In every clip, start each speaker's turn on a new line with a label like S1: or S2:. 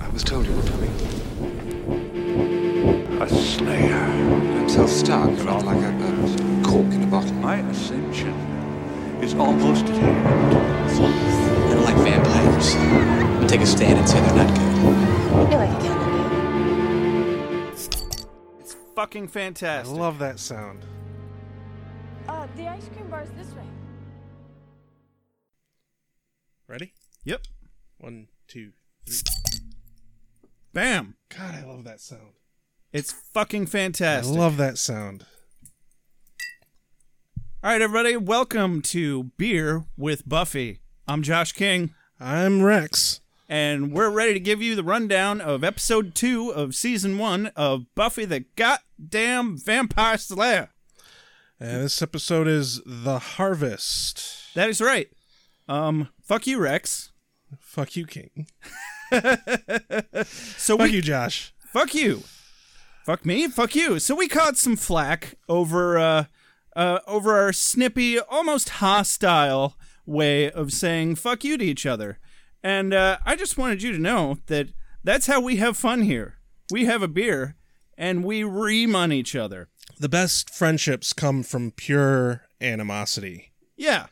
S1: I was told you were coming.
S2: A slayer.
S1: I'm self-starved, you're on like a, a cork in a bottle.
S2: My ascension is almost at hand.
S3: I don't like vampires. I'll take a stand and say they're not good.
S4: You're like a candidate.
S5: It's fucking
S6: I
S5: fantastic.
S6: love that sound.
S7: Uh, the ice cream bar's this way.
S6: Ready?
S5: Yep.
S6: One, two.
S5: Bam.
S6: God, I love that sound.
S5: It's fucking
S6: I
S5: fantastic.
S6: love that sound.
S5: All right, everybody, welcome to Beer with Buffy. I'm Josh King,
S6: I'm Rex.
S5: and we're ready to give you the rundown of episode two of season one of Buffy the Goddamn Vampire Slayer.
S6: And this episode is The Harvest.
S5: That is right. Um, fuck you, Rex.
S6: Fuck you, King.
S5: So
S6: Fuck
S5: we
S6: you, Josh.
S5: fuck you fuck me fuck you so we caught some flack over uh, uh over our snippy almost hostile way of saying fuck you to each other and uh, i just wanted you to know that that's how we have fun here we have a beer and we ream on each other
S6: The best friendships come from pure animosity.
S5: yeah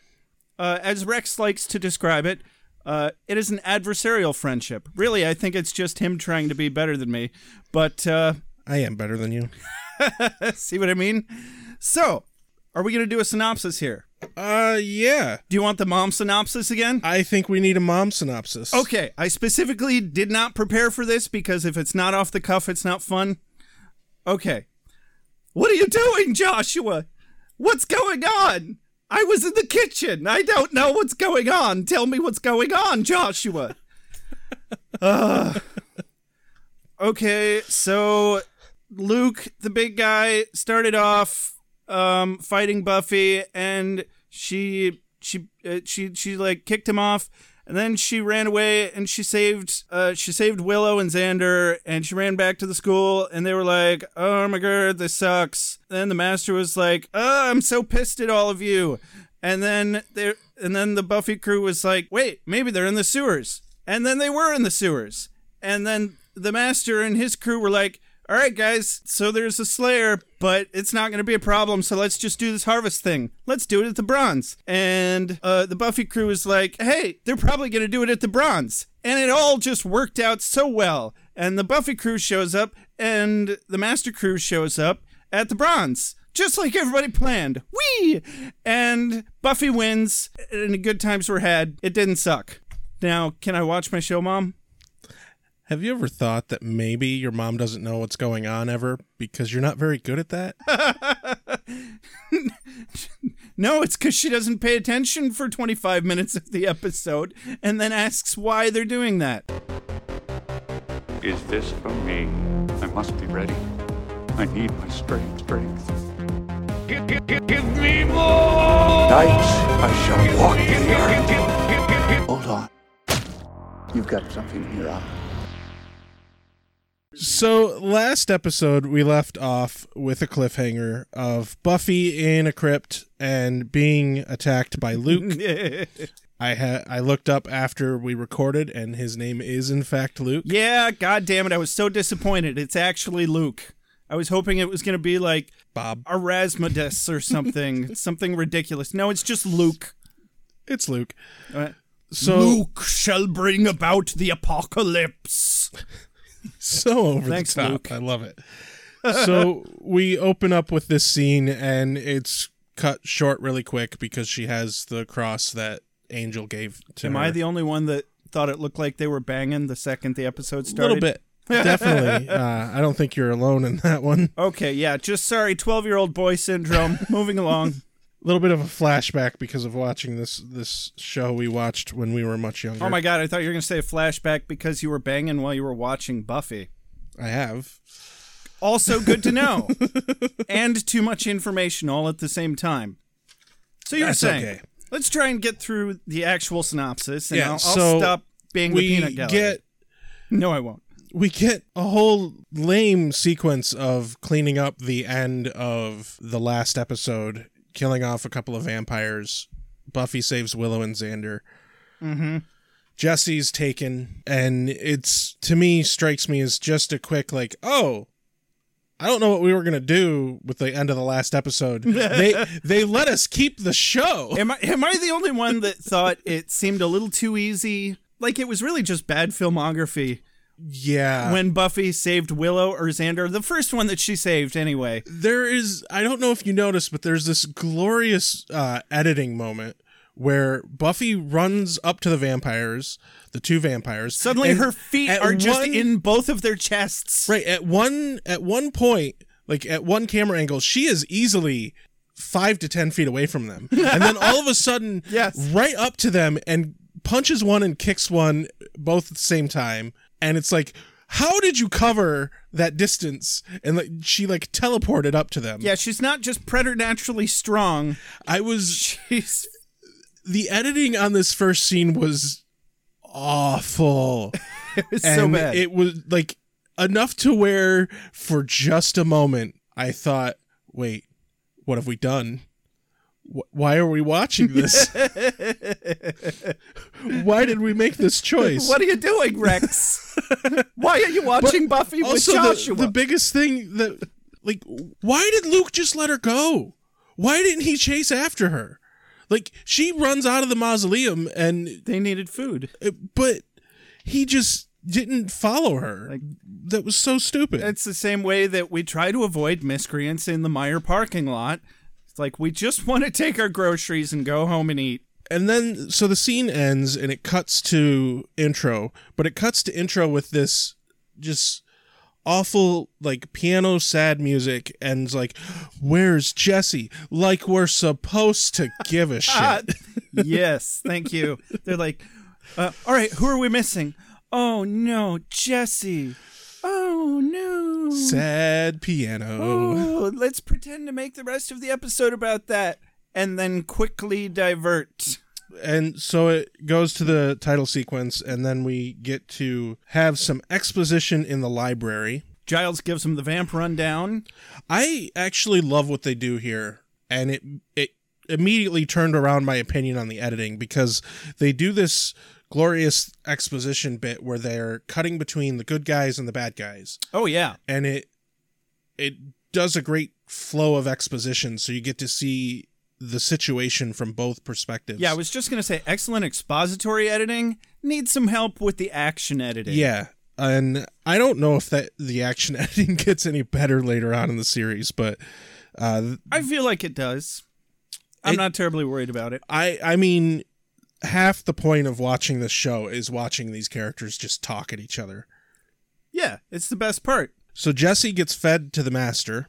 S5: uh, as rex likes to describe it uh, it is an adversarial friendship really i think it's just him trying to be better than me but uh
S6: I am better than you.
S5: See what I mean? So, are we going to do a synopsis here?
S6: Uh, yeah.
S5: Do you want the mom synopsis again?
S6: I think we need a mom synopsis.
S5: Okay, I specifically did not prepare for this because if it's not off the cuff, it's not fun. Okay. What are you doing, Joshua? What's going on? I was in the kitchen. I don't know what's going on. Tell me what's going on, Joshua. Ugh. okay, so Luke, the big guy, started off um, fighting Buffy, and she she uh, she she like kicked him off, and then she ran away, and she saved uh, she saved Willow and Xander, and she ran back to the school, and they were like, "Oh my god, this sucks." Then the master was like, "Oh, I'm so pissed at all of you," and then there and then the Buffy crew was like, "Wait, maybe they're in the sewers," and then they were in the sewers, and then the master and his crew were like, all right, guys, so there's a Slayer, but it's not going to be a problem, so let's just do this harvest thing. Let's do it at the bronze. And uh, the Buffy crew is like, hey, they're probably going to do it at the bronze. And it all just worked out so well. And the Buffy crew shows up, and the Master crew shows up at the bronze. Just like everybody planned. Whee! And Buffy wins, and good times were had. It didn't suck. Now, can I watch my show, Mom?
S6: Have you ever thought that maybe your mom doesn't know what's going on ever because you're not very good at that?
S5: No, it's because she doesn't pay attention for 25 minutes of the episode and then asks why they're doing that.
S2: Is this for me? I must be ready. I need my strength. Strength. Give, give, give, give me more.
S1: Nights I shall walk in the earth. Hold on.
S2: You've got something here.
S6: So last episode we left off with a cliffhanger of Buffy in a crypt and being attacked by Luke. I ha- I looked up after we recorded and his name is in fact Luke.
S5: yeah, god damn it, I was so disappointed. It's actually Luke. I was hoping it was going to be like
S6: Bob.
S5: Erasmus or something, something ridiculous. No, it's just Luke.
S6: It's Luke.
S5: Uh,
S6: So
S5: Luke shall bring about the apocalypse.
S6: so over
S5: Thanks,
S6: the top.
S5: Luke.
S6: I love it. so we open up with this scene and it's cut short really quick because she has the cross that Angel gave to
S5: Am
S6: her.
S5: I the only one that thought it looked like they were banging the second the episode started?
S6: A little bit. Definitely. Uh, I don't think you're alone in that one.
S5: Okay, yeah, just sorry, 12 year old boy syndrome. Moving along.
S6: A little bit of a flashback because of watching this this show we watched when we were much younger.
S5: Oh my god, I thought you were going to say a flashback because you were banging while you were watching Buffy.
S6: I have.
S5: Also good to know. and too much information all at the same time. So you're
S6: That's
S5: saying,
S6: okay.
S5: let's try and get through the actual synopsis and
S6: Yeah,
S5: I'll, I'll
S6: so
S5: stop being the
S6: We
S5: peanut gallery.
S6: get
S5: no, I won't.
S6: we get a whole lame sequence of cleaning up the end of the last episode, killing off a couple of vampires. Buffy saves Willow and Xander. Mm-hmm. Jesse's taken, and it's to me strikes me as just a quick like, oh, I don't know what we were gonna do with the end of the last episode. they they let us keep the show.
S5: Am I am I the only one that thought it seemed a little too easy? Like it was really just bad filmography
S6: Yeah,
S5: when Buffy saved Willow or Xander, the first one that she saved anyway.
S6: there is i don't know if you noticed but there's this glorious uh, editing moment where buffy runs up to the vampires the two vampires
S5: Suddenly
S6: and
S5: her feet
S6: at
S5: are just
S6: one-
S5: in both of their chests.
S6: right at one at one point like at one camera angle she is easily five to ten feet away from them and then all of a sudden
S5: Yes.
S6: right up to them and punches one and kicks one both at the same time and it's like how did you cover that distance and like she like teleported up to them
S5: Yeah, she's not just preternaturally strong.
S6: i was
S5: She's
S6: the editing on this first scene was awful.
S5: it's
S6: and
S5: so bad.
S6: It was like enough to where for just a moment I thought, wait, what have we done? Wh- Why are we watching this? Why did we make this choice?
S5: what are you doing, Rex? Why are you watching Buffy with
S6: also,
S5: Joshua?
S6: the, the biggest thing that, like, why did Luke just let her go? Why didn't he chase after her? Like, she runs out of the mausoleum and
S5: they needed food.
S6: but he just didn't follow her. that was so stupid.
S5: It's the same way that we try to avoid miscreants in the Meyer parking lot. It's like we just want to take our groceries and go home and eat.
S6: and then so the scene ends and it cuts to intro, but it cuts to intro with this just awful like piano sad music and it's like where's Jesse? Like we're supposed to give a
S5: Ah,
S6: shit.
S5: yes, thank you. They're like, uh, all right, who are we missing? Oh no, Jesse. Oh no.
S6: sad piano.
S5: Oh, let's pretend to make the rest of the episode about that and then quickly divert.
S6: and so it goes to the title sequence and then we get to have some exposition in the library.
S5: Giles gives him the vamp rundown.
S6: I actually love what they do here, and it it immediately turned around my opinion on the editing because they do this glorious exposition bit where they're cutting between the good guys and the bad guys,
S5: Oh, yeah.
S6: and it it does a great flow of exposition, so you get to see the situation from both perspectives.
S5: Yeah, I was just going to say excellent expository editing. Needs some help with the action editing.
S6: yeah. And I don't know if that the action editing gets any better later on in the series, but
S5: I feel like it does. I'm
S6: It-
S5: not terribly worried about it.
S6: I I mean half the point of watching this show is watching these characters just talk at each other.
S5: Yeah, it's the best part.
S6: So Jesse gets fed to the master.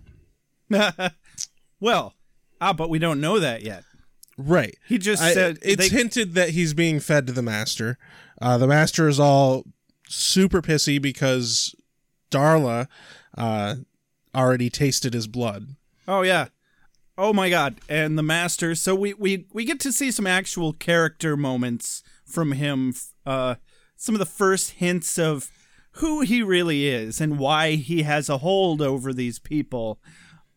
S5: well, ah, but we don't know that yet.
S6: Right.
S5: He just said
S6: it's
S5: they-
S6: hinted that he's being fed to the master. Uh, the master is all super pissy because Darla uh, already tasted his blood.
S5: Oh yeah. Oh my god. And the master. So we we we get to see some actual character moments from him f- uh some of the first hints of who he really is and why he has a hold over these people.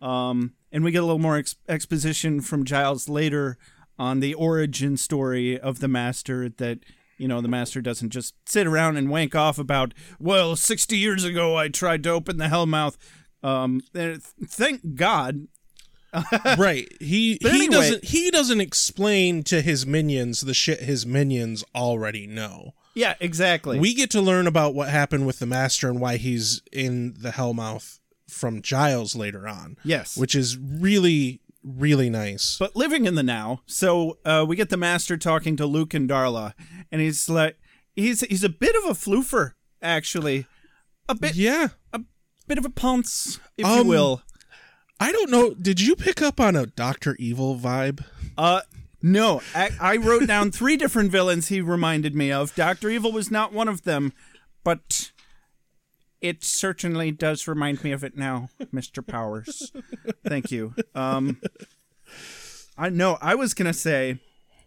S5: Um and we get a little more ex- exposition from Giles later on the origin story of the master that you know the master doesn't just sit around and wank off about well 60 years ago i tried to open the hellmouth um and th- thank god
S6: right. He he
S5: But anyway-
S6: doesn't he doesn't explain to his minions the shit his minions already know.
S5: yeah exactly
S6: we get to learn about what happened with the master and why he's in the hellmouth from giles later on
S5: Yes.
S6: which is really really nice
S5: but living in the now so uh we get the master talking to luke and darla and he's like he's he's a bit of a floofer actually a bit
S6: yeah
S5: bit of a ponce if you
S6: Um,
S5: will
S6: i don't know did you pick up on a dr evil vibe
S5: Uh, no, I, I wrote down three different villains he reminded me of. Doctor Evil was not one of them, but it certainly does remind me of it now, Mister Powers. Thank you. Um, I know I was gonna say,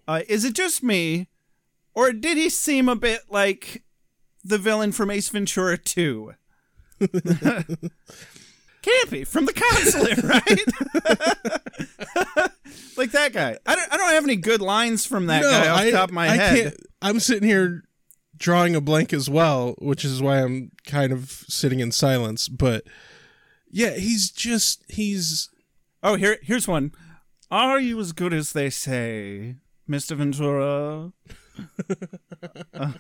S5: uh, is it just me, or did he seem a bit like the villain from Ace Ventura Two? Can't be from the consulate, right? like that guy. I don't, I don't have any good lines from that guy off the top of my
S6: I
S5: head.
S6: can't i'm sitting here drawing a blank as well, which is why I'm kind of sitting in silence. But yeah, he's just he's
S5: Oh, here, here's one. Are you as good as they say, Mr. Ventura?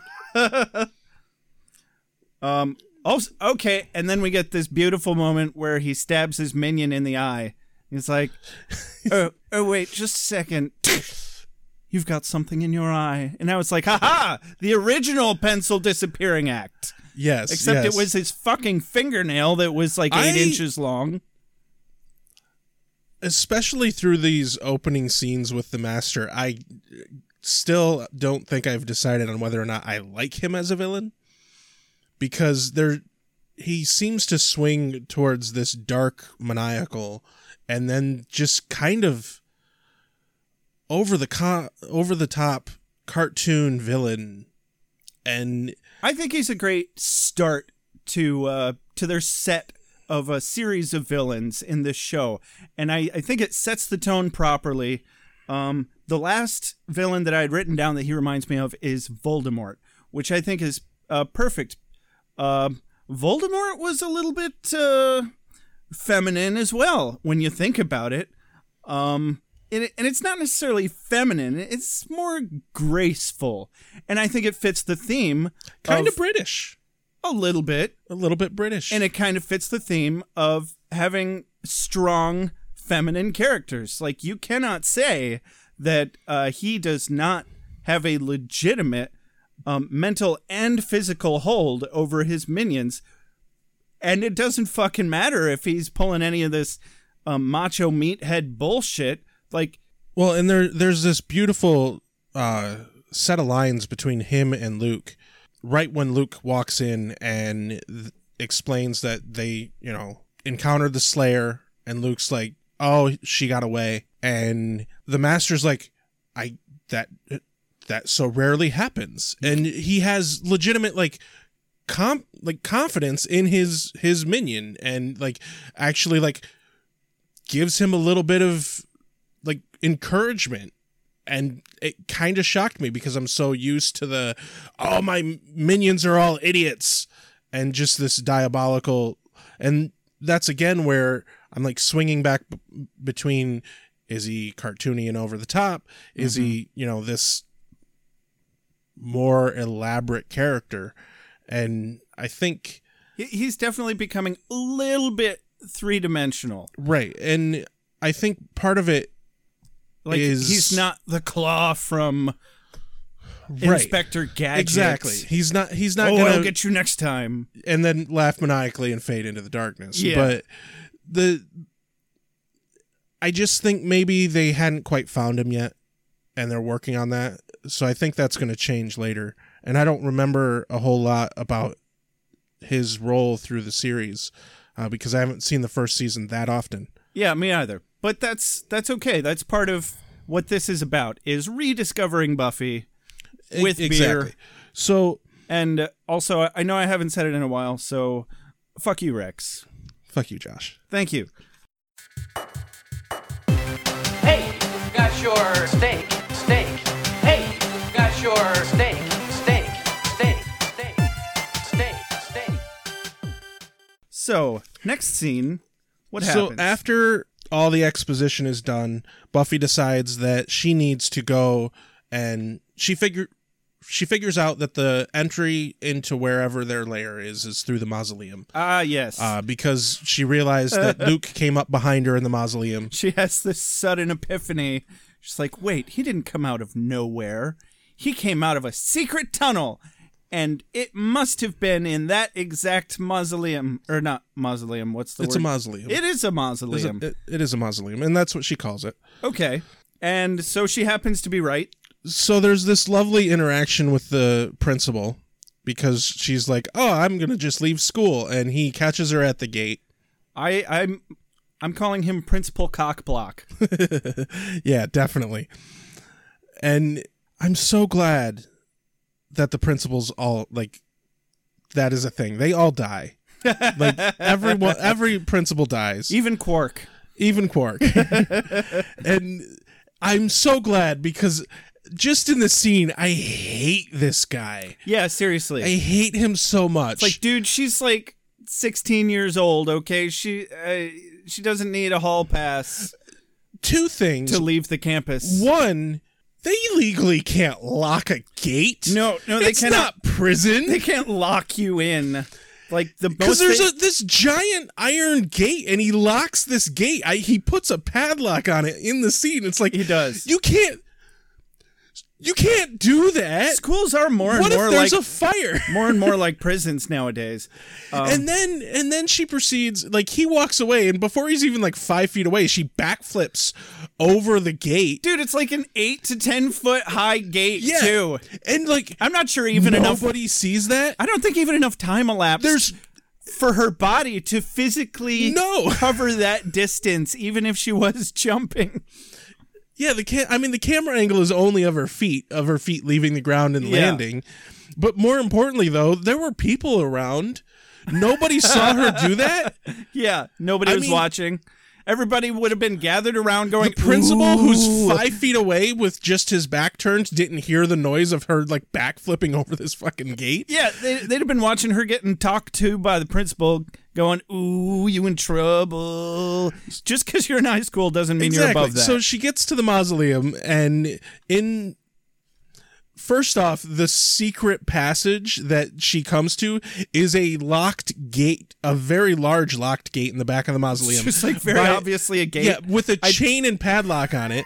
S5: um. Also, okay, and then we get this beautiful moment where he stabs his minion in the eye. He's like, "Oh, oh, wait, just a second. You've got something in your eye." And now it's like, "Ha ha! The original pencil disappearing act."
S6: yes,
S5: Except
S6: yes.
S5: it was his fucking fingernail that was like eight
S6: I-
S5: inches long.
S6: especially through these opening scenes with the master. I still don't think I've decided on whether or not I like him as a villain because there he seems to swing towards this dark maniacal and then just kind of over the co- over the top cartoon villain and
S5: I think he's a great start to uh, to their set of a series of villains in this show, and I, I think it sets the tone properly. Um, the last villain that I had written down that he reminds me of is Voldemort, which I think is uh, perfect. Um Voldemort was a little bit uh, feminine as well when you think about it. Um, and, it, and it's not necessarily feminine; it's more graceful, and I think it fits the theme
S6: kind of
S5: of
S6: British,
S5: a little bit
S6: a little bit British.
S5: and it kind of fits the theme of having strong feminine characters like you cannot say that uh, he does not have a legitimate um, mental and physical hold over his minions and it doesn't fucking matter if he's pulling any of this um, macho meathead bullshit like
S6: Well, and there there's this beautiful uh, set of lines between him and Luke. Right when Luke walks in and th- explains that they, you know, encountered the Slayer, and Luke's like, "Oh, she got away," and the Master's like, "I that that so rarely happens," and he has legitimate like comp like confidence in his his minion and like actually like gives him a little bit of like encouragement and it kind of shocked me because i'm so used to the oh my minions are all idiots and just this diabolical and that's again where i'm like swinging back b- between is he cartoony and over the top is he
S5: Mm-hmm.
S6: you know this more elaborate character and i think
S5: he- he's definitely becoming a little bit three-dimensional
S6: right and i think part of it
S5: like
S6: Is-
S5: he's not the claw from
S6: right
S5: inspector gadget
S6: exactly he's not he's not
S5: oh,
S6: gonna
S5: I'll get you next time.
S6: and then laugh maniacally and fade into the darkness.
S5: Yeah.
S6: But the I just think maybe they hadn't quite found him yet and they're working on that. So I think that's going to change later. And I don't remember a whole lot about his role through the series uh, because I haven't seen the first season that often.
S5: Yeah, me either. But that's that's okay. That's part of what this is about is rediscovering Buffy with beer.
S6: E, So
S5: And uh, also, I- I know I haven't said it in a while, so fuck you, Rex.
S6: fuck you, Josh.
S5: Thank you.
S4: Hey, got your steak, steak. Hey, got your steak, steak, steak, steak, steak, steak.
S5: So next scene, what
S6: So
S5: happens?
S6: after all the exposition is done, Buffy decides that she needs to go and she figure she figures out that the entry into wherever their lair is is through the mausoleum.
S5: ah yes,
S6: Uh, because she realized that Luke came up behind her in the mausoleum.
S5: she has this sudden epiphany. She's like, wait, he didn't come out of nowhere. He came out of a secret tunnel. And it must have been in that exact mausoleum, or not mausoleum. What's the
S6: It's
S5: word?
S6: a mausoleum.
S5: It is a
S6: It's a-
S5: mausoleum.
S6: it- it is a mausoleum, and that's what she calls it.
S5: okay. And so she happens to be right.
S6: so there's this lovely interaction with the principal because she's like, "Oh, I'm gonna just leave school," and he catches her at the gate.
S5: I I'm I'm calling him Principal Cockblock.
S6: yeah, definitely. And I'm so glad that the principals all like that is a thing. They all die. like everyone every principal dies.
S5: Even Quark.
S6: Even Quark. and I'm so glad because just in the scene, I hate this guy.
S5: Yeah, seriously.
S6: I hate him so much.
S5: It's like, dude, she's like 16 years old. Okay, she uh, she doesn't need a hall pass
S6: two things.
S5: to leave the campus.
S6: One, they legally can't lock a gate.
S5: No, no, they
S6: it's
S5: cannot-
S6: Not prison.
S5: They can't lock you in. Like the most
S6: Because there's
S5: they-
S6: a, this giant iron gate, and he locks this gate. I, he puts a padlock on it in the scene. It's like
S5: He does.
S6: You can't. You can't do that.
S5: Eh, schools are more and
S6: What if
S5: more
S6: there's
S5: like
S6: a fire?
S5: more and more like prisons nowadays. Um,
S6: and then and then she proceeds like he walks away, and before he's even like five feet away, she backflips over the gate.
S5: Dude, it's like an eight to ten foot high gate
S6: yeah,
S5: too.
S6: and like
S5: I'm not sure even enough.
S6: nobody sees that.
S5: I don't think even enough time elapsed.
S6: There's
S5: for her body to physically
S6: No.
S5: cover that distance, even if she was jumping.
S6: Yeah, the ca- I mean the camera angle is only of her feet, of her feet leaving the ground and
S5: Yeah.
S6: landing. But more importantly though, there were people around. Nobody saw her do that.
S5: Yeah, nobody
S6: I
S5: was
S6: mean-
S5: watching. Everybody would have been gathered around going,
S6: The principal who's
S5: "Ooh."
S6: five feet away with just his back turned didn't hear the noise of her like back flipping over this fucking gate.
S5: Yeah, they, they'd have been watching her getting talked to by the principal going, Ooh, you in trouble. Just because you're in high school doesn't mean you're above that.
S6: So she gets to the mausoleum, and in first off, the secret passage that she comes to is a locked gate, a very large locked gate in the back of the mausoleum.
S5: it's just like very
S6: By-
S5: obviously a gate.
S6: Yeah, with a
S5: I-
S6: chain and padlock on it.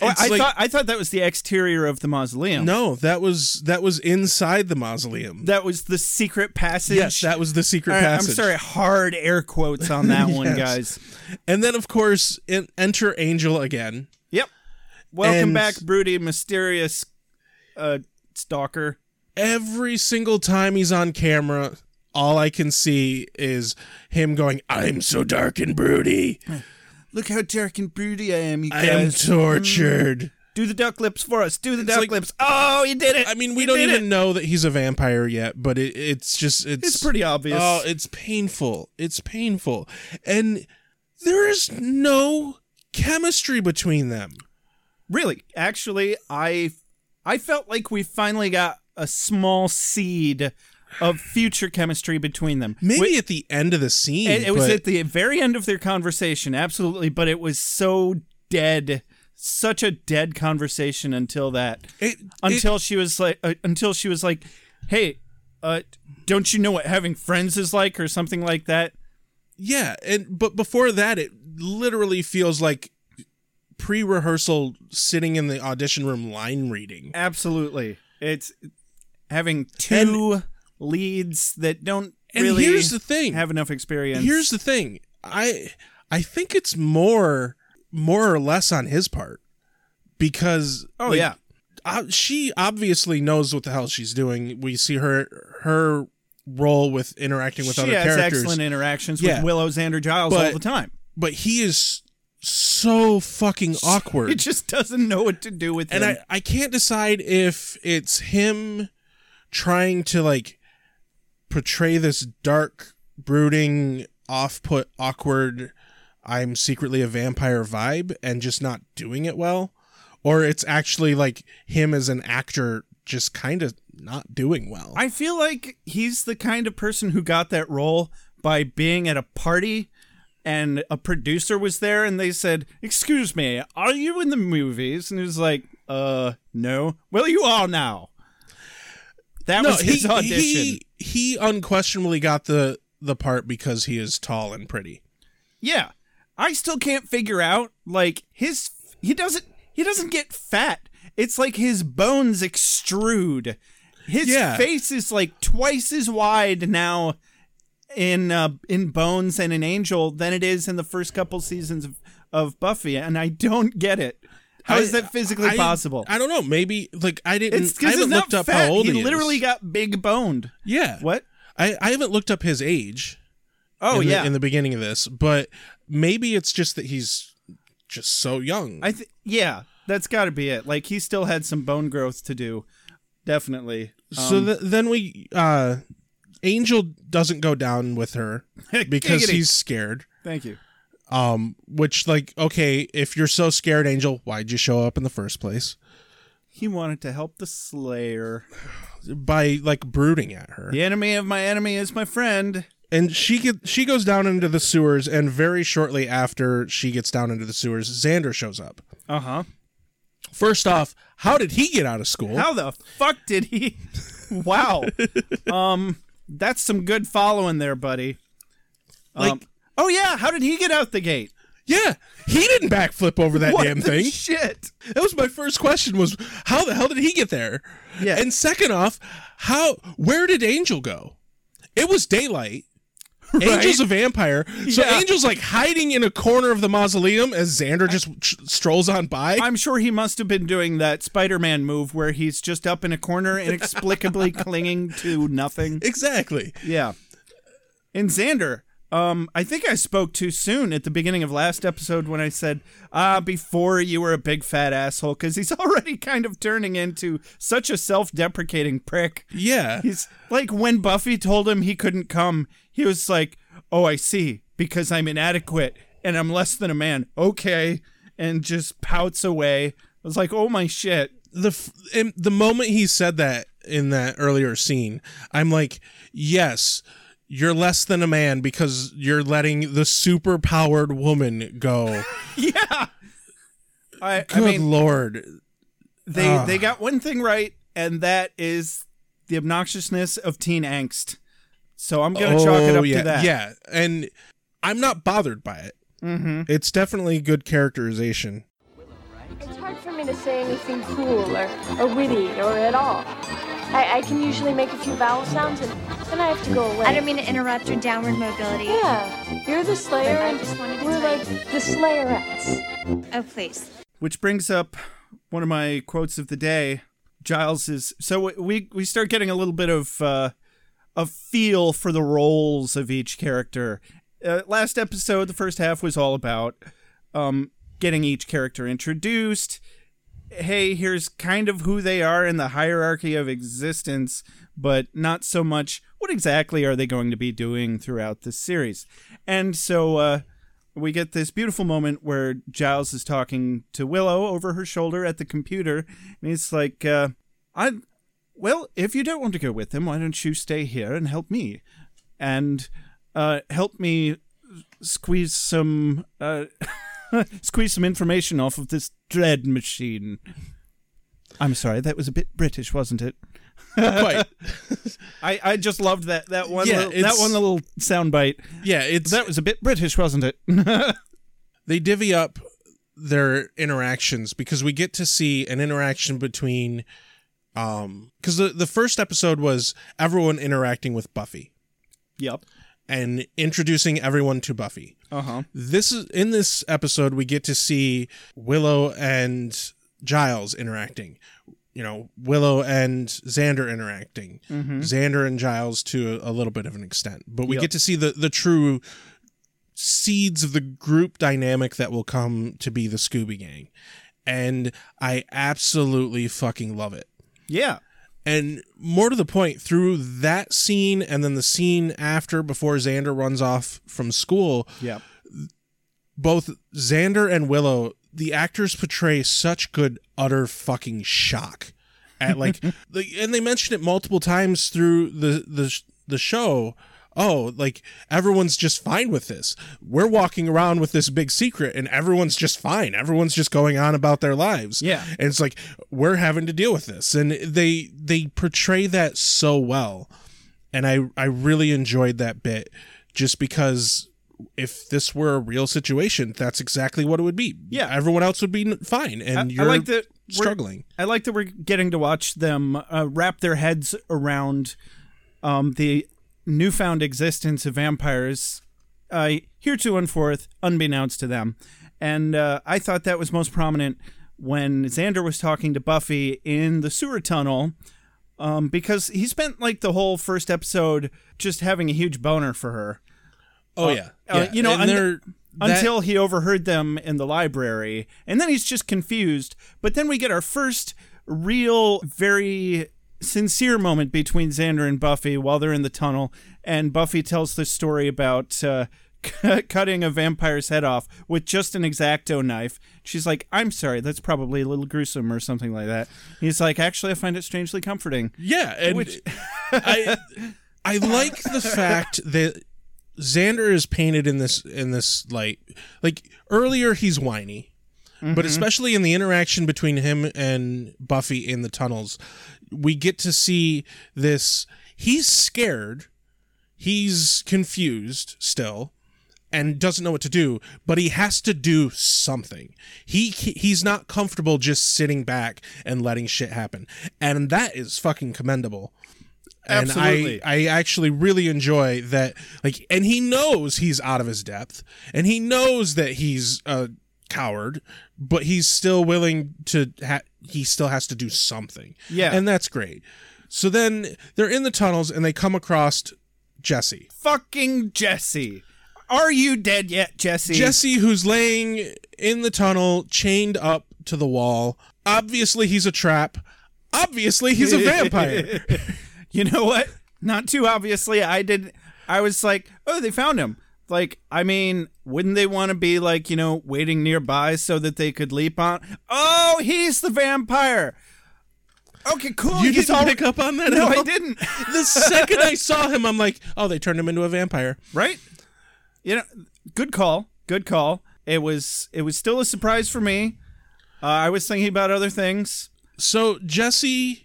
S5: Oh,
S6: It's
S5: I,
S6: like-
S5: thought, I thought that was the exterior of the mausoleum.
S6: No, that was that was inside the mausoleum.
S5: That was the secret passage.
S6: yes, that was the secret
S5: All right, I'm
S6: passage.
S5: sorry, hard air quotes on that one,
S6: Yes.
S5: guys.
S6: And then, of course, en- enter Angel again.
S5: Yep. Welcome
S6: And-
S5: back, broody, mysterious uh, stalker.
S6: every single time he's on camera, all I can see is him going, I'm so dark and broody.
S5: Look how dark and broody I am, you
S6: I am tortured.
S5: Do the duck lips for us. Do the duck
S6: like-
S5: lips. Oh, you did it.
S6: I mean, we
S5: You
S6: don't
S5: did
S6: even
S5: it.
S6: know that he's a vampire yet, but it, it's just, it's,
S5: It's pretty obvious.
S6: Oh, it's painful. It's painful. And there is no chemistry between them.
S5: really, actually, I, I felt like we finally got a small seed of future chemistry between them.
S6: Maybe
S5: Wh-
S6: at the end of the scene.
S5: it, it was
S6: but-
S5: at the very end of their conversation, absolutely, but it was so dead, such a dead conversation until that.
S6: It- it-
S5: until she was like, uh, until she was like, "Hey, uh, don't you know what having friends is like?" or something like that.
S6: Yeah, and but before that, it literally feels like pre-rehearsal, sitting in the audition room, line reading.
S5: Absolutely, it's having two leads that don't
S6: And
S5: really
S6: here's the thing.
S5: have enough experience.
S6: Here's the thing, I I think it's more more or less on his part because
S5: oh
S6: like,
S5: yeah,
S6: uh, she obviously knows what the hell she's doing. We see her her role with interacting with
S5: she
S6: other
S5: has
S6: characters,
S5: excellent interactions
S6: Yeah.
S5: with Willow Xander Giles all
S6: But-
S5: the time.
S6: but he is so fucking awkward.
S5: It just doesn't know what to do with
S6: and
S5: him.
S6: I, I can't decide if it's him trying to like portray this dark brooding off put awkward i'm secretly a vampire vibe and just not doing it well or it's actually like him as an actor just kind of not doing well
S5: I feel like he's the kind of person who got that role by being at a party and a producer was there and they said, "Excuse me, are you in the movies?" and he was like, "Uh, no." "Well, you are now." That was his audition.
S6: he he unquestionably got the the part because he is tall and pretty
S5: yeah. I still can't figure out like his he doesn't he doesn't get fat. It's like his bones extrude. His
S6: Yeah.
S5: face is like twice as wide now in uh, in Bones and in Angel than it is in the first couple seasons of, of Buffy, and I don't get it. How is
S6: I-
S5: that physically
S6: I-
S5: possible?
S6: i don't know maybe like i didn't
S5: it's
S6: i
S5: because he's
S6: haven't
S5: not
S6: looked up
S5: fat.
S6: how old
S5: he,
S6: is.
S5: literally got big boned.
S6: Yeah.
S5: What?
S6: I, I haven't looked up his age.
S5: Oh
S6: in
S5: yeah.
S6: The, in the beginning of this, but maybe it's just that he's just so young.
S5: I th- yeah, that's got to be it. Like he still had some bone growth to do, definitely. Um,
S6: so th- then we uh Angel doesn't go down with her because
S5: Giggity.
S6: he's scared.
S5: Thank you.
S6: Um, which like okay, if you're so scared, Angel, why'd you show up in the first place?
S5: He wanted to help the Slayer.
S6: by like brooding at her.
S5: The enemy of my enemy is my friend.
S6: And she get, she goes down into the sewers, and very shortly after she gets down into the sewers, Xander shows up.
S5: Uh
S6: Uh-huh.
S5: huh.
S6: First off, how did he get out of school?
S5: How the fuck did he? Wow. um, that's some good following there, buddy. Um,
S6: Like-
S5: oh yeah, how did he get out the gate?
S6: Yeah, he didn't backflip over that
S5: What
S6: damn
S5: the
S6: thing.
S5: Shit.
S6: that was my first question: was how the hell did he get there?
S5: Yeah.
S6: And second off, how where did Angel go? It was daylight. Angel's a vampire, so
S5: Yeah.
S6: Angel's like hiding in a corner of the mausoleum as Xander just sh- strolls on by.
S5: I'm sure he must have been doing that Spider-Man move where he's just up in a corner, inexplicably clinging to nothing.
S6: exactly.
S5: Yeah. And Xander, um, I think I spoke too soon at the beginning of last episode when I said, ah, before you were a big fat asshole, because he's already kind of turning into such a self deprecating prick.
S6: Yeah.
S5: He's like, when Buffy told him he couldn't come, he was like, oh, I see, because I'm inadequate and I'm less than a man. Okay. And just pouts away. I was like, oh my shit.
S6: the f- in, the moment he said that in that earlier scene, I'm like, yes, you're less than a man because you're letting the super powered woman go.
S5: Yeah. I,
S6: Good
S5: I mean,
S6: lord,
S5: they
S6: Ah.
S5: they got one thing right, and that is the obnoxiousness of teen angst. So I'm gonna chalk it up
S6: Oh, yeah,
S5: to that.
S6: yeah, and I'm not bothered by it. Mm-hmm. It's definitely good characterization.
S7: It's hard for me to say anything cool or, or witty or at all. I, I can usually make a few vowel sounds and then I have to go away.
S8: I don't mean to interrupt your downward mobility.
S7: Yeah, you're the Slayer
S8: I
S7: and
S8: just wanted to
S7: we're
S8: tell
S7: like the Slayerettes.
S8: Oh, please.
S5: Which brings up one of my quotes of the day. Giles is so we we start getting a little bit of uh, a feel for the roles of each character. Uh, last episode, the first half was all about um, getting each character introduced. Hey, here's kind of who they are in the hierarchy of existence, but not so much what exactly are they going to be doing throughout this series. And so uh, we get this beautiful moment where Giles is talking to Willow over her shoulder at the computer, and he's like, uh, "I, well, if you don't want to go with them, why don't you stay here and help me, and uh, help me squeeze some uh, squeeze some information off of this dread machine." I'm sorry, that was a bit British, wasn't it?
S6: Quite.
S5: I, I just loved that that one
S6: Yeah,
S5: little, that
S6: it's-
S5: one little soundbite.
S6: Yeah, it's
S5: That was a bit British, wasn't it?
S6: they divvy up their interactions because we get to see an interaction between um because the, the first episode was everyone interacting with buffy
S5: yep.
S6: and introducing everyone to buffy
S5: Uh huh.
S6: this is in this episode we get to see willow and giles interacting you know willow and xander interacting xander and giles to a, a little bit of an extent but we
S5: Yep.
S6: get to see the the true seeds of the group dynamic that will come to be the scooby gang and i absolutely fucking love it
S5: Yeah.
S6: and more to the point, through that scene and then the scene after, before Xander runs off from school,
S5: Yep.
S6: both Xander and Willow, the actors portray such good utter fucking shock at like, the, and they mention it multiple times through the the sh- the show. Oh, like everyone's just fine with this. We're walking around with this big secret, and everyone's just fine. Everyone's just going on about their lives.
S5: Yeah.
S6: and it's like we're having to deal with this, and they they portray that so well and I I really enjoyed that bit just because if this were a real situation, that's exactly what it would be.
S5: Yeah.
S6: everyone else would be n- fine, and
S5: I- I
S6: you're
S5: like that we're-
S6: struggling.
S5: I like that we're getting to watch them uh, wrap their heads around um, the newfound existence of vampires, uh, hereto and forth, unbeknownst to them. And uh, I thought that was most prominent when Xander was talking to Buffy in the sewer tunnel, um, because he spent like the whole first episode just having a huge boner for her.
S6: Oh yeah,
S5: uh,
S6: Yeah.
S5: you know,
S6: And
S5: and
S6: they're- that-
S5: until he overheard them in the library and then he's just confused but then we get our first real very sincere moment between xander and buffy while they're in the tunnel and buffy tells this story about uh, cutting a vampire's head off with just an exacto knife. She's like, "I'm sorry, that's probably a little gruesome or something like that." He's like, "Actually, I find it strangely comforting."
S6: Yeah, and
S5: Which-
S6: I I like the fact that Xander is painted in this in this light. Like earlier, he's whiny, but especially in the interaction between him and Buffy in the tunnels, we get to see this. He's scared. He's confused still and doesn't know what to do, but he has to do something. He he's not comfortable just sitting back and letting shit happen, and that is fucking commendable. And
S5: Absolutely.
S6: I, I actually really enjoy that. Like, and he knows he's out of his depth, and he knows that he's a coward, but he's still willing to. Ha- he still has to do something.
S5: Yeah.
S6: and that's great. So then they're in the tunnels, and they come across Jesse.
S5: Fucking Jesse, are you dead yet, Jesse?
S6: Jesse, who's laying in the tunnel, chained up to the wall. Obviously, he's a trap. Obviously, he's a vampire.
S5: you know what? Not too obviously. I did. I was like, oh, they found him. Like, I mean, wouldn't they want to be like, you know, waiting nearby so that they could leap on? Oh, he's the vampire. Okay, cool.
S6: You
S5: he's
S6: didn't
S5: all-
S6: pick up on that?
S5: No,
S6: at
S5: I
S6: all?
S5: didn't.
S6: The second I saw him, I'm like, oh, they turned him into a vampire.
S5: right? You know, good call. Good call. It was. It was still a surprise for me. Uh, I was thinking about other things.
S6: So Jesse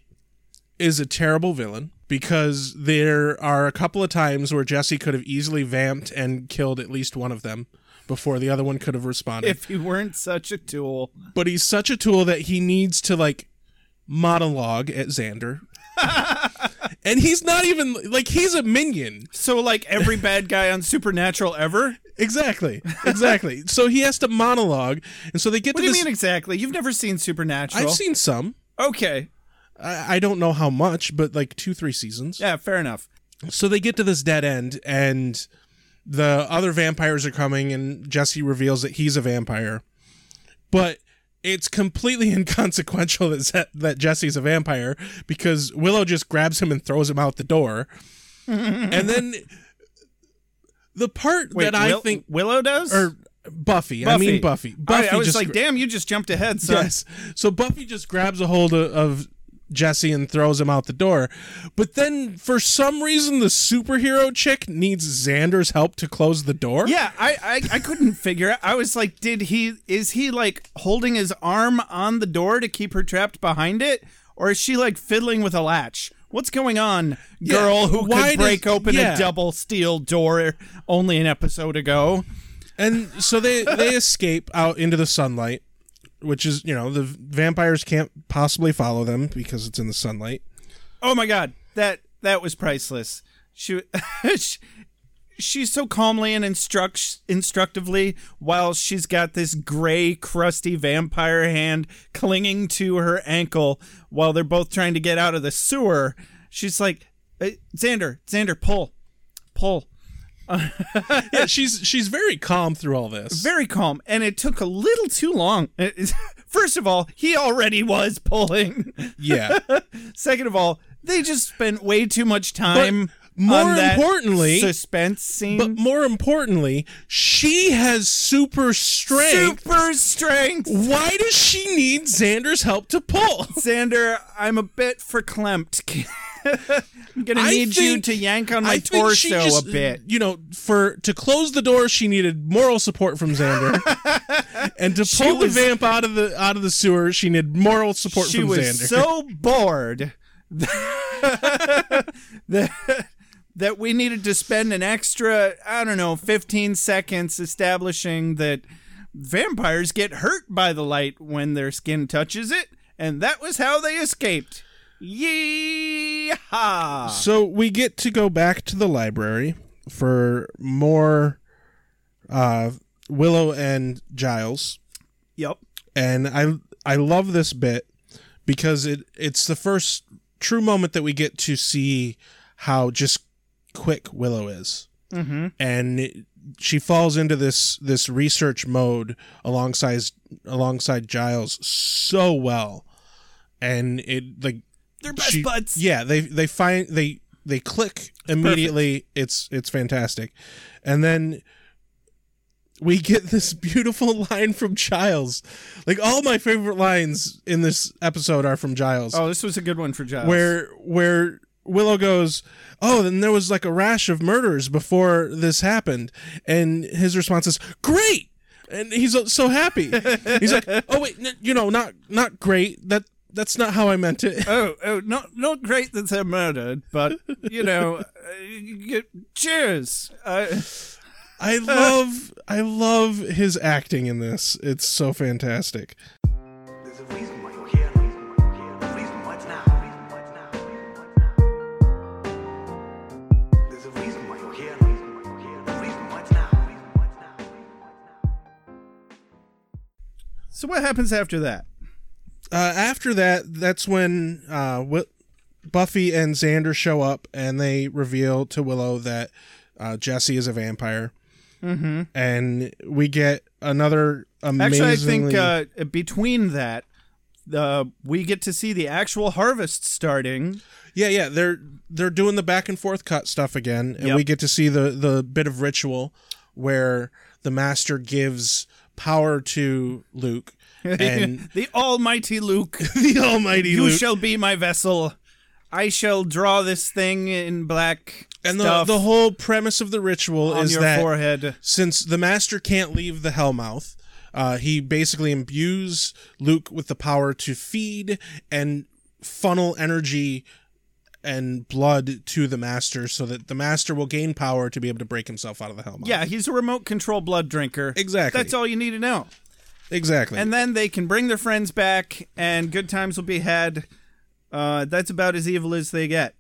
S6: is a terrible villain because there are a couple of times where Jesse could have easily vamped and killed at least one of them before the other one could have responded.
S5: If he weren't such a tool,
S6: but he's such a tool that he needs to like monologue at Xander. and he's not even like he's a minion.
S5: so like every bad guy on Supernatural ever.
S6: Exactly. Exactly. so he has to monologue. And so they get
S5: What do
S6: to
S5: you
S6: this
S5: mean exactly? You've never seen Supernatural.
S6: I've seen some.
S5: Okay.
S6: I, I don't know how much, but like two, three seasons.
S5: Yeah, fair enough.
S6: So they get to this dead end and the other vampires are coming and Jesse reveals that he's a vampire. But it's completely inconsequential that Ze- that Jesse's a vampire because Willow just grabs him and throws him out the door. and then the part
S5: Wait,
S6: that I
S5: Will-
S6: think
S5: Willow does
S6: or Buffy, I mean Buffy. Buffy
S5: I, I was
S6: just
S5: like, damn, you just jumped ahead. So
S6: Yes. So Buffy just grabs a hold of, of Jesse and throws him out the door. But then for some reason the superhero chick needs Xander's help to close the door.
S5: yeah, I, I I couldn't figure out. I was like, did he is he like holding his arm on the door to keep her trapped behind it, or is she like fiddling with a latch? What's going on,
S6: Yeah,
S5: girl? Who
S6: why
S5: could
S6: does-
S5: break open
S6: yeah.
S5: a double steel door only an episode ago?
S6: And so they they escape out into the sunlight, which is, you know, the vampires can't possibly follow them because it's in the sunlight.
S5: Oh my god, that that was priceless. She, she she so calmly and instruct instructively while she's got this gray crusty vampire hand clinging to her ankle while they're both trying to get out of the sewer. She's like, "Hey, "Xander, Xander, pull. Pull."
S6: Yeah, she's she's very calm through all this.
S5: Very calm, and it took a little too long. First of all, he already was pulling.
S6: yeah.
S5: Second of all, they just spent way too much time.
S6: more
S5: on that
S6: importantly-
S5: suspense scene.
S6: But more importantly, she has super strength.
S5: Super strength.
S6: Why does she need Xander's help to pull?
S5: Xander, I'm a bit verklempt. I'm gonna
S6: I
S5: need you
S6: think-
S5: to yank on my
S6: I think
S5: torso
S6: she just,
S5: a bit.
S6: You know, for to close the door, she needed moral support from Xander, and to pull
S5: was-
S6: the vamp out of the out of the sewer, she needed moral support
S5: She
S6: from
S5: was
S6: Xander.
S5: so bored that that we needed to spend an extra, I don't know, 15 seconds establishing that vampires get hurt by the light when their skin touches it, and that was how they escaped. Yeehaw!
S6: So we get to go back to the library for more uh, Willow and Giles,
S5: Yep.
S6: and I I love this bit because it it's the first true moment that we get to see how just quick Willow is, mm-hmm. and it, she falls into this this research mode alongside alongside Giles so well, and it like
S5: They're best
S6: she-
S5: buds.
S6: Yeah, they they find they they click immediately. It's it's fantastic, and then we get this beautiful line from Giles. Like all my favorite lines in this episode are from Giles.
S5: Oh, this was a good one for Giles.
S6: where where Willow goes, "Oh, then there was like a rash of murders before this happened." And his response is, "Great." And he's uh, so happy. He's like, "Oh wait, n- you know, not not great. That that's not how I meant it."
S5: Oh, oh, not not great that they're murdered, but you know, uh, you- cheers. Uh,
S6: I love I love his acting in this. It's so fantastic.
S9: There's a reason why you're here. There's a reason why it's now. There's a reason why you're here. There's a reason why it's now.
S5: so what happens after that?
S6: uh, after that, that's when uh, Wi- Buffy and Xander show up and they reveal to Willow that uh, Jesse is a vampire. Mm-hmm. And we get another
S5: Actually,
S6: amazingly.
S5: I think uh, between that, uh, we get to see the actual harvest starting.
S6: yeah, yeah, they're they're doing the back and forth cut stuff again, and
S5: Yep.
S6: we get to see the the bit of ritual where the master gives power to Luke and
S5: the Almighty Luke,
S6: the Almighty
S5: you
S6: Luke.
S5: shall be my vessel. I shall draw this thing in black
S6: and the,
S5: stuff
S6: the whole premise of the ritual
S5: on
S6: is
S5: your
S6: that
S5: forehead.
S6: since the master can't leave the hellmouth uh, he basically imbues luke with the power to feed and funnel energy and blood to the master so that the master will gain power to be able to break himself out of the hellmouth
S5: Yeah, he's a remote control blood drinker.
S6: Exactly.
S5: That's all you need to know.
S6: exactly
S5: and then they can bring their friends back and good times will be had uh, that's about as evil as they get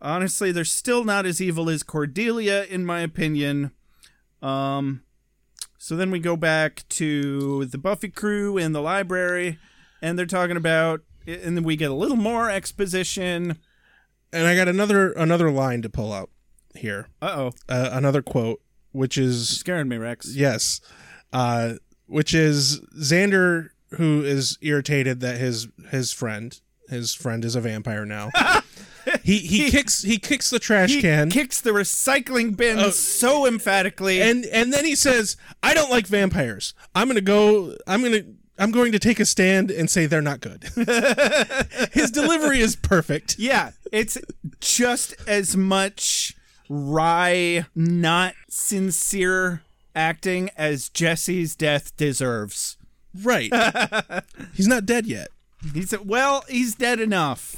S5: honestly they're still not as evil as cordelia in my opinion um, so then we go back to the buffy crew in the library and they're talking about and then we get a little more exposition
S6: and i got another another line to pull out here
S5: uh-oh
S6: uh, another quote which is
S5: scaring me rex
S6: Yes. Uh, which is Xander, who is irritated that his his friend his friend is a vampire now. he, he kicks he kicks the trash
S5: he
S6: can Oh,
S5: kicks the recycling bin so emphatically
S6: and and then he says, "I don't like vampires. I'm gonna go. I'm gonna." I'm going to take a stand and say they're not good. His delivery is perfect.
S5: Yeah, it's just as much wry, not sincere acting as Jesse's death deserves.
S6: Right. He's not dead yet.
S5: He's well, he's dead enough.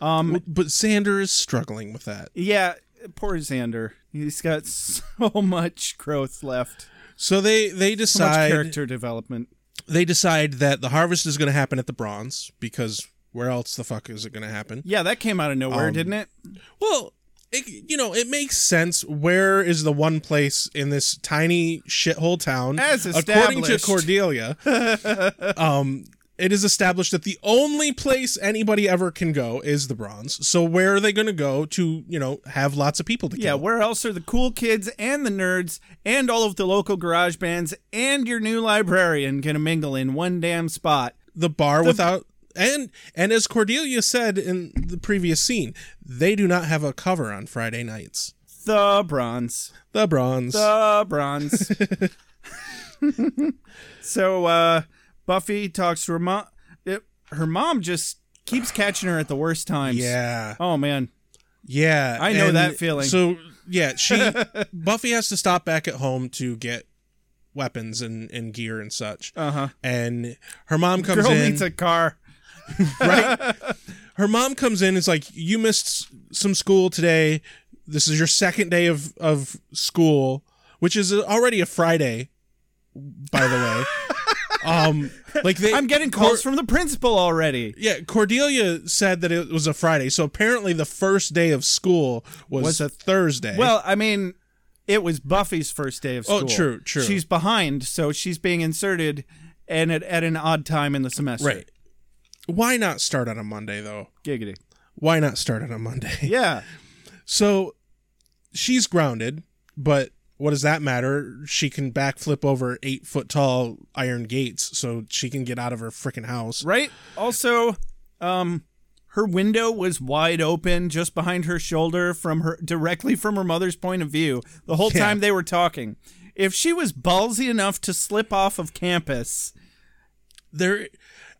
S6: But Xander is struggling with that.
S5: Yeah, poor Xander. He's got so much growth left,
S6: So they they
S5: so much
S6: decide
S5: character development.
S6: they decide that the harvest is going to happen at the bronze because where else the fuck is it going to happen?
S5: Yeah, that came out of nowhere,
S6: Um,
S5: didn't it?
S6: Well, it, you know, it makes sense. Where is the one place in this tiny shithole town?
S5: As
S6: according to
S5: established.
S6: Cordelia, um, it is established that the only place anybody ever can go is the bronze. So where are they going to go to, you know, have lots of people to
S5: Yeah,
S6: kill?
S5: where else are the cool kids and the nerds and all of the local garage bands and your new librarian gonna mingle in one damn spot?
S6: the bar without and and as Cordelia said in the previous scene, they do not have a cover on Friday nights.
S5: The bronze.
S6: The bronze.
S5: the bronze. so uh, Buffy talks to her mom. It, her mom just keeps catching her at the worst times.
S6: Yeah.
S5: Oh man.
S6: Yeah.
S5: I know
S6: and
S5: that feeling.
S6: So yeah, she Buffy has to stop back at home to get weapons and, and gear and such. Uh-huh. And her mom comes
S5: Girl
S6: in
S5: needs a car.
S6: right? Her mom comes in and is like, "You missed s- some school today. This is your second day of of school, which is already a Friday, by the way." um like they
S5: I'm getting
S6: Cor-
S5: calls from the principal already.
S6: Yeah, Cordelia said that it was a Friday, so apparently the first day of school was,
S5: Was
S6: a
S5: a-
S6: Thursday.
S5: Well, I mean, it was Buffy's first day of
S6: Oh,
S5: school.
S6: true, true.
S5: She's behind, so she's being inserted and at, at an odd time in the semester.
S6: right. Why not start on a Monday though?
S5: Giggity.
S6: Why not start on a Monday?
S5: Yeah.
S6: So she's grounded, but what does that matter? She can backflip over eight foot tall iron gates, so she can get out of her freaking house.
S5: Right? Also, um her window was wide open just behind her shoulder from her directly from her mother's point of view the whole
S6: Yeah.
S5: time they were talking. If she was ballsy enough to slip off of campus,
S6: there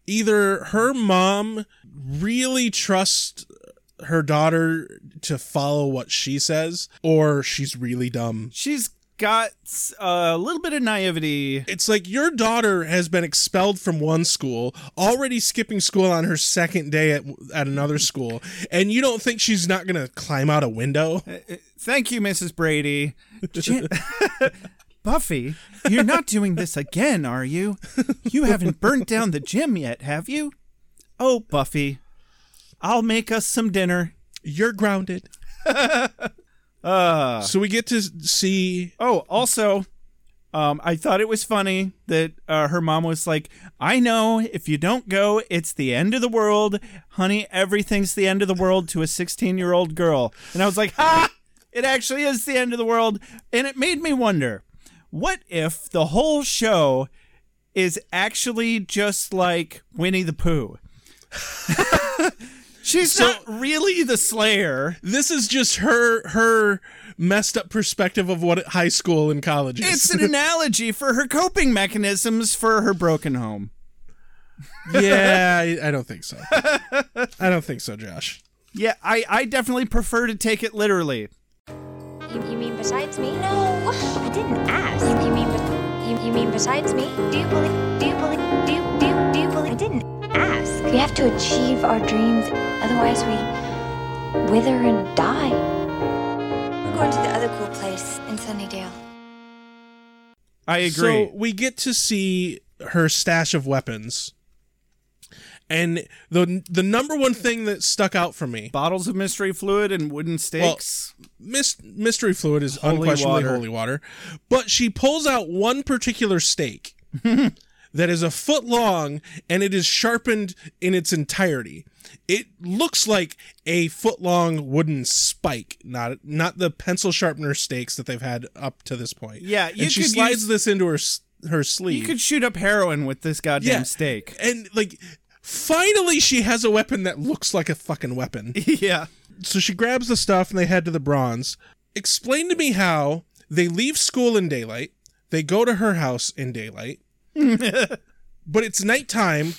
S6: either her mom really trusts her daughter to follow what she says or she's really dumb
S5: she's got a little bit of naivety.
S6: it's like your daughter has been expelled from one school already skipping school on her second day at, at another school and you don't think she's not going to climb out a window
S5: Thank you, Mrs. Brady. Jan- Buffy, you're not doing this again, are you? You haven't burnt down the gym yet, have you? Oh, Buffy, I'll make us some dinner.
S6: you're grounded so we get to see
S5: Oh, also, um, I thought it was funny that uh, her mom was like, "I know if you don't go, it's the end of the world, honey. Everything's the end of the world to a sixteen-year-old girl." And I was like, "Ha! It actually is the end of the world." And it made me wonder, what if the whole show is actually just like Winnie the Pooh? She's not really the Slayer.
S6: this is just her her messed up perspective of what high school and college is
S5: It's an analogy for her coping mechanisms for her broken home.
S6: yeah, I, I don't think so. I don't think so, Josh.
S5: Yeah, I, I definitely prefer to take it literally.
S10: You, you mean besides me? No, I didn't ask. You, you mean be- you, you mean besides me? Do you believe? Do you believe? Do you, do you, do you believe? I didn't ask. We have to achieve our dreams, otherwise we wither and die.
S8: We're going to the other cool place in Sunnydale.
S5: I agree.
S6: So we get to see her stash of weapons, and the the number one thing that stuck out for me,
S5: Bottles of mystery fluid and wooden stakes.
S6: mis- mystery fluid is
S5: Holy
S6: unquestionably
S5: water.
S6: holy water, but she pulls out one particular stake that is a foot long and it is sharpened in its entirety. It looks like a foot long wooden spike, not not the pencil sharpener stakes that they've had up to this point.
S5: Yeah, you
S6: and she
S5: could
S6: slides
S5: use-
S6: this into her s- her sleeve.
S5: you could shoot up heroin with this goddamn stake.
S6: and like. Finally, she has a weapon that looks like a fucking weapon
S5: yeah.
S6: so she grabs the stuff and they head to the bronze. Explain to me how they leave school in daylight, they go to her house in daylight, but it's nighttime.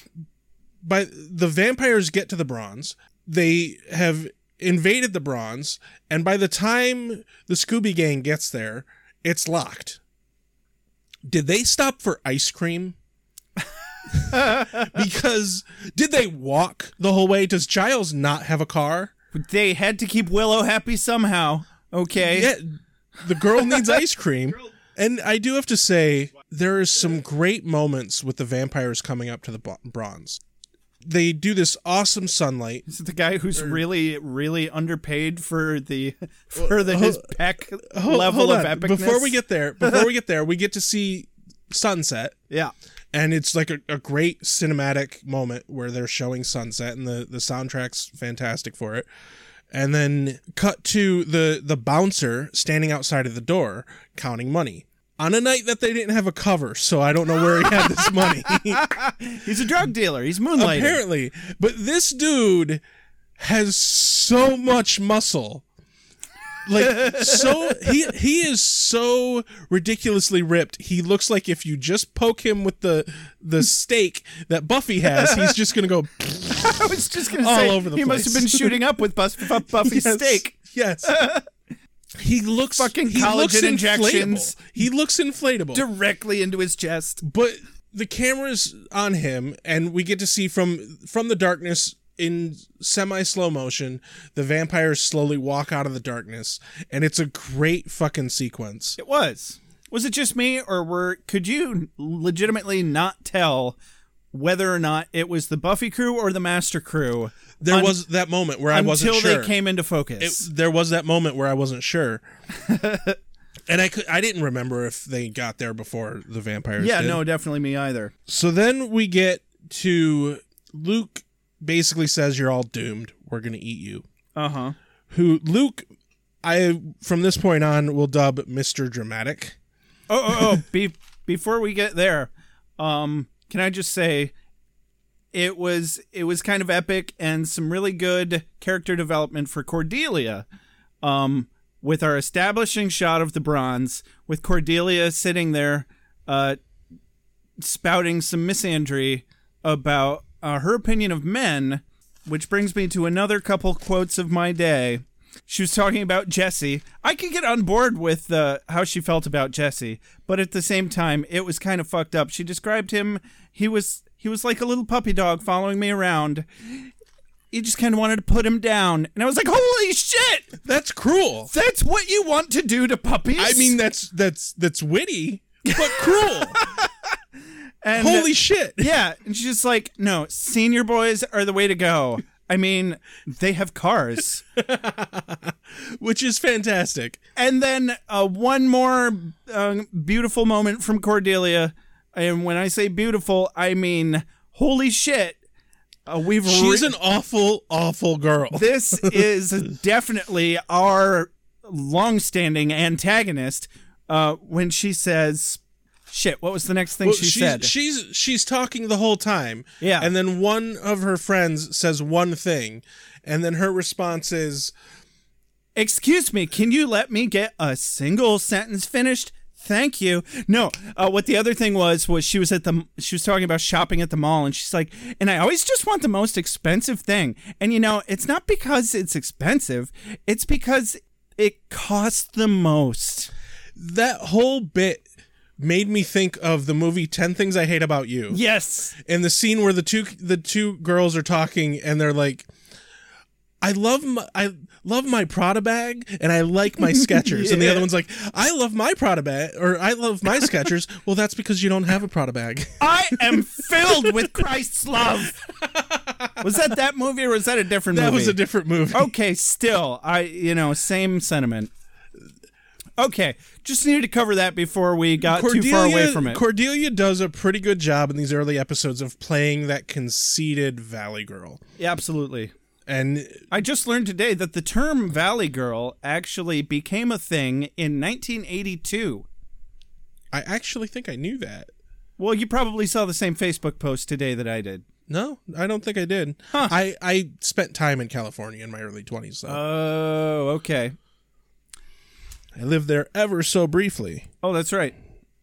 S6: By the vampires get to the bronze, they have invaded the bronze, and by the time the Scooby Gang gets there, it's locked. Did they stop for ice cream? because did they walk the whole way? Does Giles not have a car?
S5: They had to keep Willow happy somehow. Okay.
S6: yeah, the girl needs ice cream. And I do have to say, there is some great moments with the vampires coming up to the bo- bronze. They do this awesome sunlight.
S5: Is it the guy who's really, really underpaid for the for the his peck
S6: Ho-
S5: level
S6: hold
S5: of
S6: on.
S5: epicness?
S6: Before we get there, before we get there, we get to see sunset.
S5: yeah,
S6: and it's like a, a great cinematic moment where they're showing sunset and the the soundtrack's fantastic for it and then cut to the the bouncer standing outside of the door counting money on a night that they didn't have a cover so i don't know where he had this money
S5: he's a drug dealer. He's moonlighting.
S6: apparently but this dude has so much muscle like so he he is so ridiculously ripped he looks like if you just poke him with the the stake that buffy has he's just gonna go
S5: I was just gonna
S6: All
S5: say
S6: over the
S5: he must have been
S6: place.
S5: shooting up with Buff- Buff- Buffy's
S6: yes,
S5: steak.
S6: yes he looks
S5: Fucking
S6: he looks
S5: collagen
S6: inflatable.
S5: injections.
S6: he looks inflatable
S5: directly into his chest.
S6: but the camera's on him and we get to see from from the darkness in semi slow motion the vampires slowly walk out of the darkness and it's a great fucking sequence
S5: It was. Was it just me, or were could you legitimately not tell whether or not it was the Buffy crew or the Master crew
S6: there
S5: Un-
S6: was that moment where i wasn't
S5: until
S6: sure
S5: they came into
S6: It-
S5: focus?
S6: there was that moment where i wasn't sure and i could i didn't remember if they got there before the vampires
S5: yeah,
S6: did.
S5: no, definitely me either.
S6: So then we get to Luke basically says you're all doomed. We're going to eat you.
S5: Uh-huh.
S6: Who Luke I from this point on will dub Mr. Dramatic.
S5: Oh, oh, oh be, before we get there, um, can I just say it was it was kind of epic and some really good character development for Cordelia. Um, with our establishing shot of the bronze, with Cordelia sitting there, uh, spouting some misandry about uh, her opinion of men, which brings me to another couple quotes of my day. She was talking about Jesse. I could get on board with uh, how she felt about Jesse, but at the same time, it was kind of fucked up. She described him. He was he was like a little puppy dog following me around. You just kind of wanted to put him down, and I was like, "Holy shit!
S6: That's cruel.
S5: That's what you want to do to puppies?"
S6: I mean, that's that's that's witty, but cruel.
S5: and uh,
S6: Holy shit.
S5: Yeah, and she's just like, no, senior boys are the way to go. I mean, they have cars.
S6: Which is fantastic.
S5: And then uh, one more um, beautiful moment from Cordelia. And when I say beautiful, I mean, holy shit. Uh, we've
S6: She's
S5: re-
S6: an awful, awful girl.
S5: this is definitely our long-standing antagonist uh, when she says shit what was the next thing
S6: Well,
S5: she
S6: she's,
S5: said
S6: she's she's talking the whole time.
S5: Yeah.
S6: And then one of her friends says one thing, and then her response is,
S5: Excuse me, can you let me get a single sentence finished? Thank you. No, uh, what the other thing was was she was at the she was talking about shopping at the mall, and she's like, and I always just want the most expensive thing, and you know, it's not because it's expensive, it's because it costs the most.
S6: that whole bit made me think of the movie 10 Things I Hate About You.
S5: Yes,
S6: and the scene where the two the two girls are talking and they're like I love my I love my Prada bag and I like my Skechers and the
S5: Yeah.
S6: other one's like I love my Prada bag or I love my Skechers well that's because you don't have a Prada bag
S5: I am filled with Christ's love. Was that that movie or was that a different
S6: that
S5: movie? Oh,
S6: was a different movie
S5: okay, still, I you know, same sentiment. Okay, just needed to cover that before we got too far away from it.
S6: Cordelia does a pretty good job in these early episodes of playing that conceited valley girl
S5: Yeah, absolutely.
S6: and
S5: I just learned today that the term Valley Girl actually became a thing in 1982.
S6: I actually think I knew that
S5: Well, you probably saw the same Facebook post today that I did.
S6: No, I don't think I did. I I spent time in California in my early twenties, so
S5: Oh, okay.
S6: I lived there ever so briefly.
S5: Oh, that's right.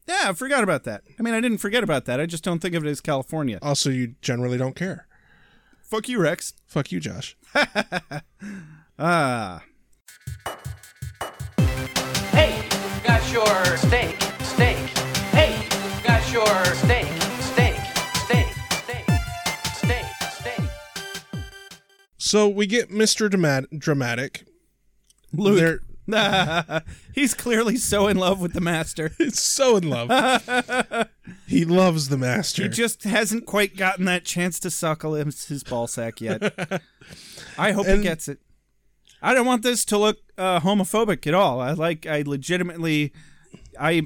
S5: Yeah, I forgot about that. I mean, I didn't forget about that. I just don't think of it as California.
S6: Also, you generally don't care.
S5: Uh, Fuck you, Rex.
S6: Fuck you, Josh.
S5: Ah,
S4: Hey, got your steak, steak. Hey, got your steak, steak, steak, steak, steak, steak.
S6: So we get Mister Dramat- Dramatic.
S5: Luke.
S6: They're-
S5: He's clearly so in love with the master.
S6: It's so in love. he loves the master.
S5: He just hasn't quite gotten that chance to suckle his, his ball sack yet. I hope he
S6: And-
S5: gets it. I don't want this to look uh, homophobic at all. I like. I legitimately, I,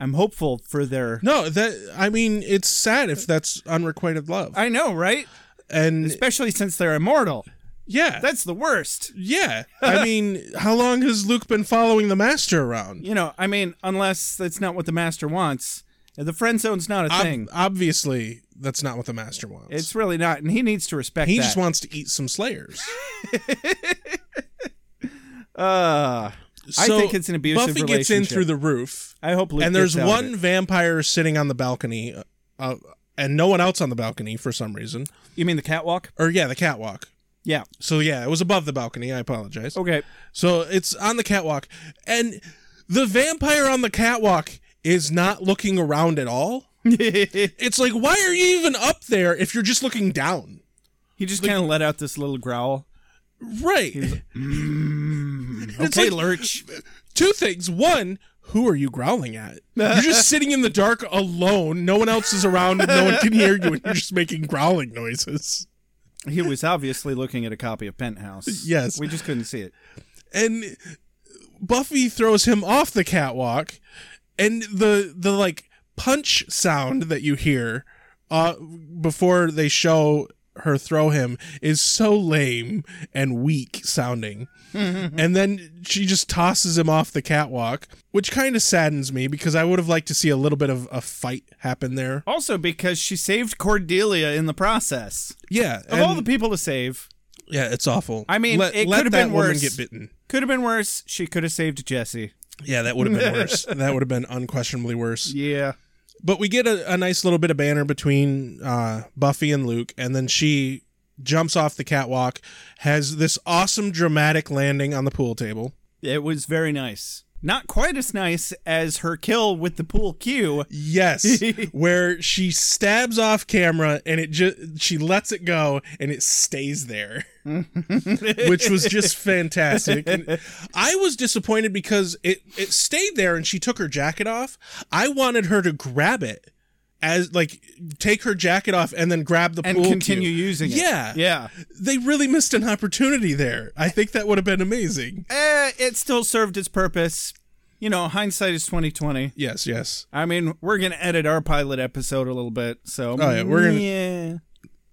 S5: I'm hopeful for their.
S6: no, that I mean, it's sad if that's unrequited love.
S5: I know, right?
S6: and
S5: Especially since they're immortal.
S6: yeah,
S5: That's the worst.
S6: yeah. I mean, how long has Luke been following the master around?
S5: You know. I mean, unless that's not what the master wants. The friend zone's not a
S6: Ob-
S5: thing.
S6: obviously, that's not what the master wants.
S5: It's really not, and he needs to respect.
S6: he
S5: that.
S6: just wants to eat some slayers.
S5: Uh, I think it's an abusive
S6: Buffy gets in
S5: relationship.
S6: through the roof,
S5: I hope Luke
S6: and there's
S5: gets out of
S6: one
S5: it.
S6: vampire sitting on the balcony, uh, uh, and no one else on the balcony for some reason.
S5: You mean the catwalk?
S6: Or yeah, the catwalk.
S5: Yeah.
S6: So yeah, it was above the balcony. I apologize.
S5: Okay.
S6: So it's on the catwalk, and the vampire on the catwalk is not looking around at all. It's like, why are you even up there if you're just looking down?
S5: He just kind of let out this little growl.
S6: Right. It's
S5: Okay,
S6: like-
S5: Lurch.
S6: two things. One, who are you growling at? You're just sitting in the dark alone. No one else is around. No one can hear you, and you're just making growling noises.
S5: He was obviously looking at a copy of Penthouse.
S6: Yes.
S5: We just couldn't see it.
S6: And Buffy throws him off the catwalk, and the the like punch sound that you hear uh, before they show her throw him is so lame and weak sounding. and then she just tosses him off the catwalk, which kind of saddens me because I would have liked to see a little bit of a fight happen there.
S5: Also, because she saved Cordelia in the process.
S6: Yeah,
S5: Of all the
S6: and
S5: people to save,
S6: Yeah, it's awful.
S5: I mean,
S6: let,
S5: it
S6: let
S5: could've
S6: that
S5: been
S6: woman
S5: worse.
S6: get bitten.
S5: Could have been worse. She could have saved Jesse.
S6: Yeah, that would have been worse. that would have been unquestionably worse.
S5: Yeah.
S6: But we get a, a nice little bit of banter between uh, Buffy and Luke, and then she jumps off the catwalk, has this awesome dramatic landing on the pool table.
S5: It was very nice. Not quite as nice as her kill with the pool cue.
S6: Yes, where she stabs off camera and it just she lets it go and it stays there, which was just fantastic. And I was disappointed because it it stayed there and she took her jacket off. I wanted her to grab it as like take her jacket off and then grab the
S5: And
S6: pool
S5: continue
S6: cue.
S5: using it.
S6: Yeah,
S5: Yeah.
S6: They really missed an opportunity there. I think that would have been amazing.
S5: Eh, it still served its purpose. You know, hindsight is twenty twenty.
S6: Yes, yes.
S5: I mean, we're gonna edit our pilot episode a little bit, so
S6: Oh, yeah, we're gonna-
S5: yeah.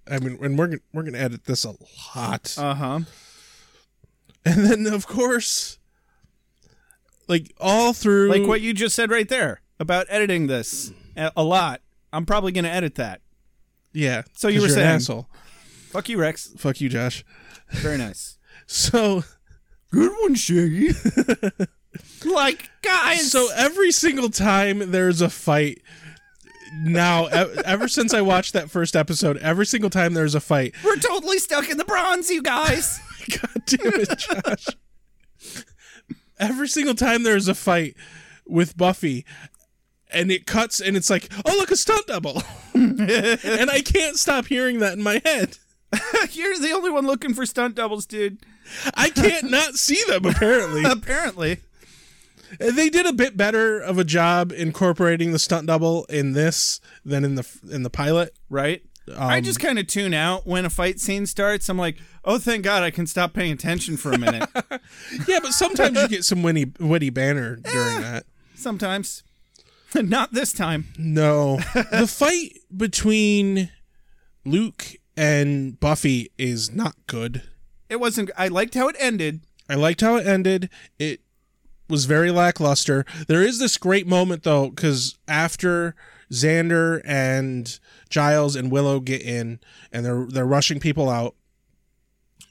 S6: I mean, and we're gonna- we're gonna edit this a lot.
S5: Uh huh.
S6: And then, of course, like all through,
S5: Like what you just said right there about editing this uh, a a lot. I'm probably gonna edit that.
S6: yeah.
S5: So you
S6: 'cause
S5: were
S6: you're an
S5: saying-
S6: asshole.
S5: Fuck you, Rex.
S6: Fuck you, Josh.
S5: Very nice.
S6: So good one, Shaggy.
S5: like guys.
S6: so every single time there's a fight. Now, e- ever since I watched that first episode, every single time there's a fight,
S5: we're totally stuck in the bronze, you guys.
S6: God damn it, Josh. Every single time there's a fight with Buffy and it cuts and it's like, oh, look, a stunt double. and I can't stop hearing that in my head.
S5: You're the only one looking for stunt doubles, dude.
S6: I can't not see them, apparently.
S5: Apparently.
S6: Uh, they did a bit better of a job incorporating the stunt double in this than in the in the pilot.
S5: Right? I just kind of tune out when a fight scene starts. I'm like, oh, thank God I can stop paying attention for a minute.
S6: Yeah, but sometimes you get some witty, witty banner during that.
S5: Sometimes. Not this time.
S6: No. the fight between Luke and Buffy is not good.
S5: It wasn't. I liked how it ended.
S6: I liked how it ended. It was very lackluster. There is this great moment though, because after Xander and Giles and Willow get in, and they're they're rushing people out.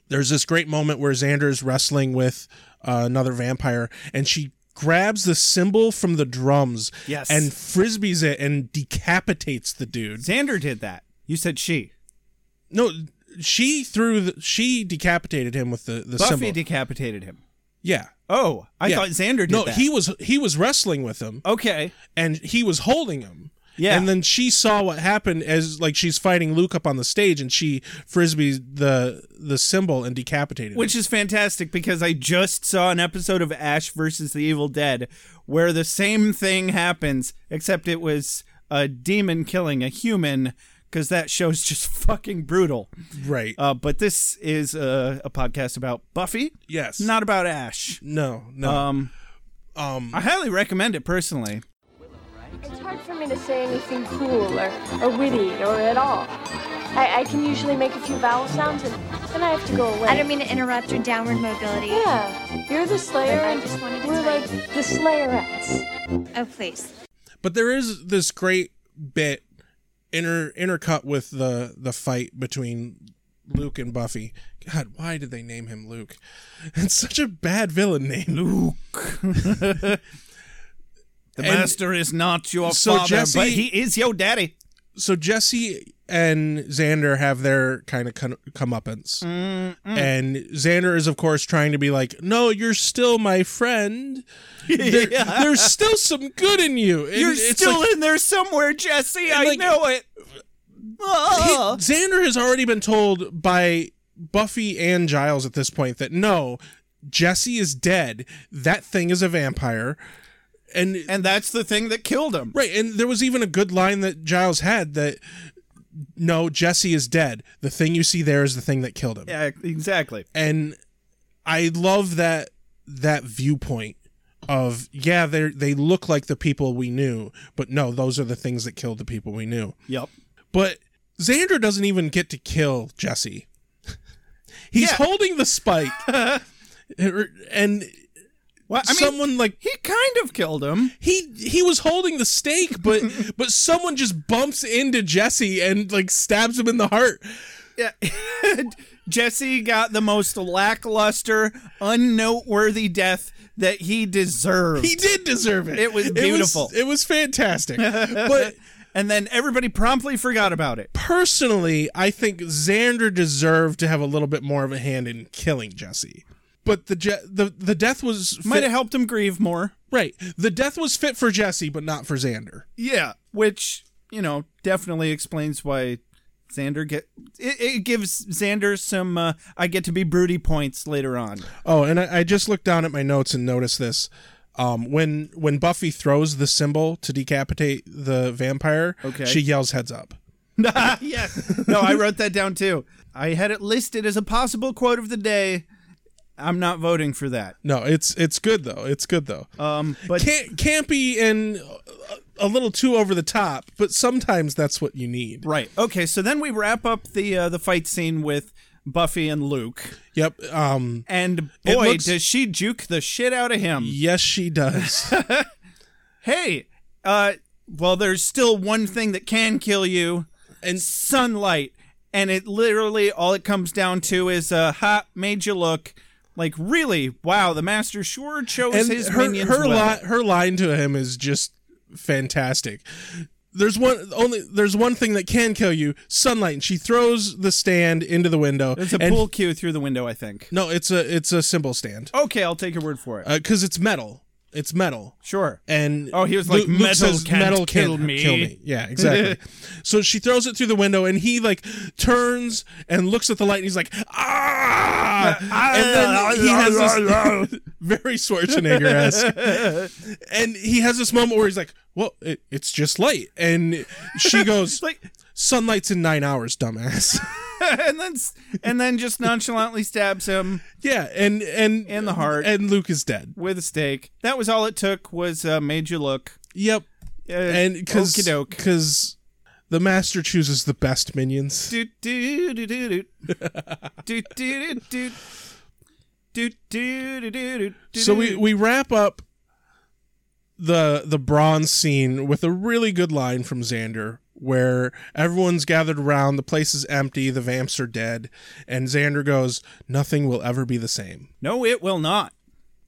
S6: There's this great moment where Xander is wrestling with uh, another vampire, and she grabs the symbol from the drums
S5: Yes.
S6: and frisbees it and decapitates the dude.
S5: Xander did that. You said she.
S6: No, she threw the, she decapitated him with the the
S5: Buffy
S6: symbol.
S5: decapitated him.
S6: yeah.
S5: Oh, I
S6: Yeah.
S5: thought Xander did
S6: no,
S5: that.
S6: he was he was wrestling with him,
S5: Okay.
S6: and he was holding him.
S5: Yeah.
S6: and then she saw what happened as like she's fighting Luke up on the stage, and she frisbees the the symbol and decapitated.
S5: Which is fantastic because I just saw an episode of Ash versus the Evil Dead where the same thing happens, except it was a demon killing a human because that show's just fucking brutal.
S6: him. right?
S5: Uh, but this is a, a podcast about Buffy,
S6: yes,
S5: not about Ash.
S6: no, no.
S5: Um,
S6: Mm-hmm.
S5: I highly recommend it personally.
S7: It's hard for me to say anything cool or, or witty or at all. I, I can usually make a few vowel sounds and then I have to go away.
S10: I don't mean to interrupt your downward mobility.
S7: yeah, you're the Slayer
S10: I
S7: and
S10: just wanted to
S7: we're
S10: tell
S7: like the Slayerettes.
S10: Oh, please.
S6: but there is this great bit inter intercut with the the fight between Luke and Buffy. God, why did they name him Luke? It's such a bad villain name.
S5: Luke. the master is not your
S6: So
S5: father,
S6: Jesse-
S5: but he is your daddy.
S6: so Jesse and Xander have their kind of comeuppance, and Xander is of course trying to be like, "No, you're still my friend. There- There's still some good in you. And
S5: You're
S6: it's
S5: still
S6: like-
S5: in there somewhere, Jesse. I
S6: like-
S5: know it.
S6: he-
S5: Ah.
S6: Xander has already been told by Buffy and Giles at this point that no, Jesse is dead. That thing is a vampire, and
S5: and that's the thing that killed him.
S6: Right, and there was even a good line that Giles had that no, Jesse is dead. The thing you see there is the thing that killed him.
S5: Yeah, exactly.
S6: And I love that that viewpoint of yeah, they they look like the people we knew, but no, those are the things that killed the people we knew.
S5: Yep.
S6: But Xander doesn't even get to kill Jesse. He's
S5: Yeah.
S6: holding the spike. and
S5: Well, I mean,
S6: someone like
S5: he kind of killed him.
S6: he he was holding the stake, but but someone just bumps into Jesse and like stabs him in the heart.
S5: Yeah. Jesse got the most lackluster, unnoteworthy death that he deserved.
S6: He did deserve it.
S5: It was beautiful.
S6: It was, it was fantastic. but
S5: and then everybody promptly forgot about it.
S6: personally, I think Xander deserved to have a little bit more of a hand in killing Jesse. But the je- the the death was fit-
S5: Might have helped him grieve more.
S6: right. The death was fit for Jesse, but not for Xander.
S5: Yeah, which you know definitely explains why Xander get it, it gives Xander some uh, I get to be broody points later on.
S6: Oh, and I, I just looked down at my notes and noticed this. Um, when when Buffy throws the symbol to decapitate the vampire,
S5: Okay.
S6: she yells "Heads up!"
S5: yes. No, I wrote that down too. I had it listed as a possible quote of the day. I'm not voting for that.
S6: No, it's it's good though. It's good though.
S5: Um, but
S6: Can't, campy and uh, a little too over the top, but sometimes that's what you need.
S5: right. Okay, so then we wrap up the uh, the fight scene with Buffy and Luke.
S6: Yep. Um,
S5: And
S6: It
S5: boy,
S6: looks-
S5: does she juke the shit out of him.
S6: yes, she does.
S5: Hey, uh, well, there's still one thing that can kill you, and sunlight. And it literally all it comes down to is, uh, ha, made you look. Like really, wow! The master sure chose
S6: and
S5: his
S6: her
S5: minions
S6: her,
S5: well.
S6: li- her line to him is just fantastic. There's one only there's one thing that can kill you, sunlight. And she throws the stand into the window.
S5: It's a
S6: and-
S5: pool cue through the window, I think.
S6: No, it's a it's a symbol stand
S5: Okay, I'll take your word for it.
S6: because it's metal. It's metal.
S5: sure.
S6: Uh, And
S5: Oh, he was like, "Metal can't kill
S6: can't
S5: me."
S6: Yeah, exactly. so she throws it through the window, and he like turns and looks at the light, and he's like, ah! and then he has
S5: ah,
S6: this very Schwarzenegger esque, and he has this moment where he's like, "Well, it, it's just light," and she goes,
S5: It's like,
S6: "Sunlight's in nine hours, dumbass."
S5: and then s- and then just nonchalantly stabs him
S6: yeah, and and
S5: In the heart.
S6: and Luke is dead.
S5: with a stake. That was all it took was uh, made you look.
S6: Yep.
S5: Uh,
S6: and because
S5: okey-doke.
S6: because the master chooses the best minions.
S5: Do do do do do do do do do do do do do do.
S6: So we
S5: do.
S6: we wrap up the the bronze scene with a really good line from Xander where everyone's gathered around the place is empty the vamps are dead and Xander goes nothing will ever be the same
S5: no, it will not.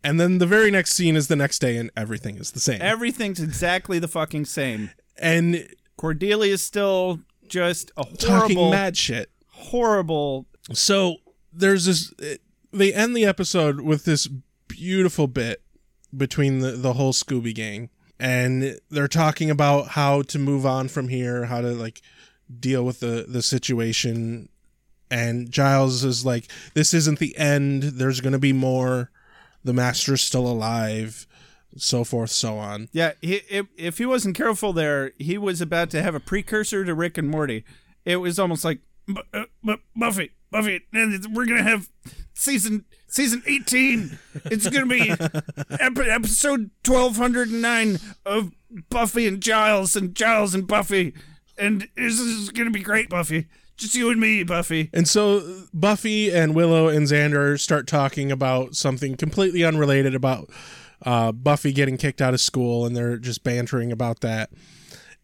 S6: and then the very next scene is the next day and everything is the same
S5: Everything's exactly the fucking same.
S6: and
S5: Cordelia's still just a
S6: talking
S5: horrible,
S6: mad shit
S5: horrible
S6: So there's this. it- They end the episode with this beautiful bit between the the whole Scooby gang, and they're talking about how to move on from here, how to like deal with the the situation. And Giles is like, "This isn't the end. There's gonna be more. The Master's still alive." So forth, so on.
S5: Yeah, he, if, if he wasn't careful there, he was about to have a precursor to Rick and Morty. It was almost like, "Bu- uh, Bu- Buffy, Buffy, and we're gonna have season season eighteen. It's gonna be ep- episode twelve hundred and nine of Buffy and Giles and Giles and Buffy, and this is gonna be great, Buffy. Just you and me, Buffy.
S6: And so Buffy and Willow and Xander start talking about something completely unrelated about uh, Buffy getting kicked out of school, and they're just bantering about that.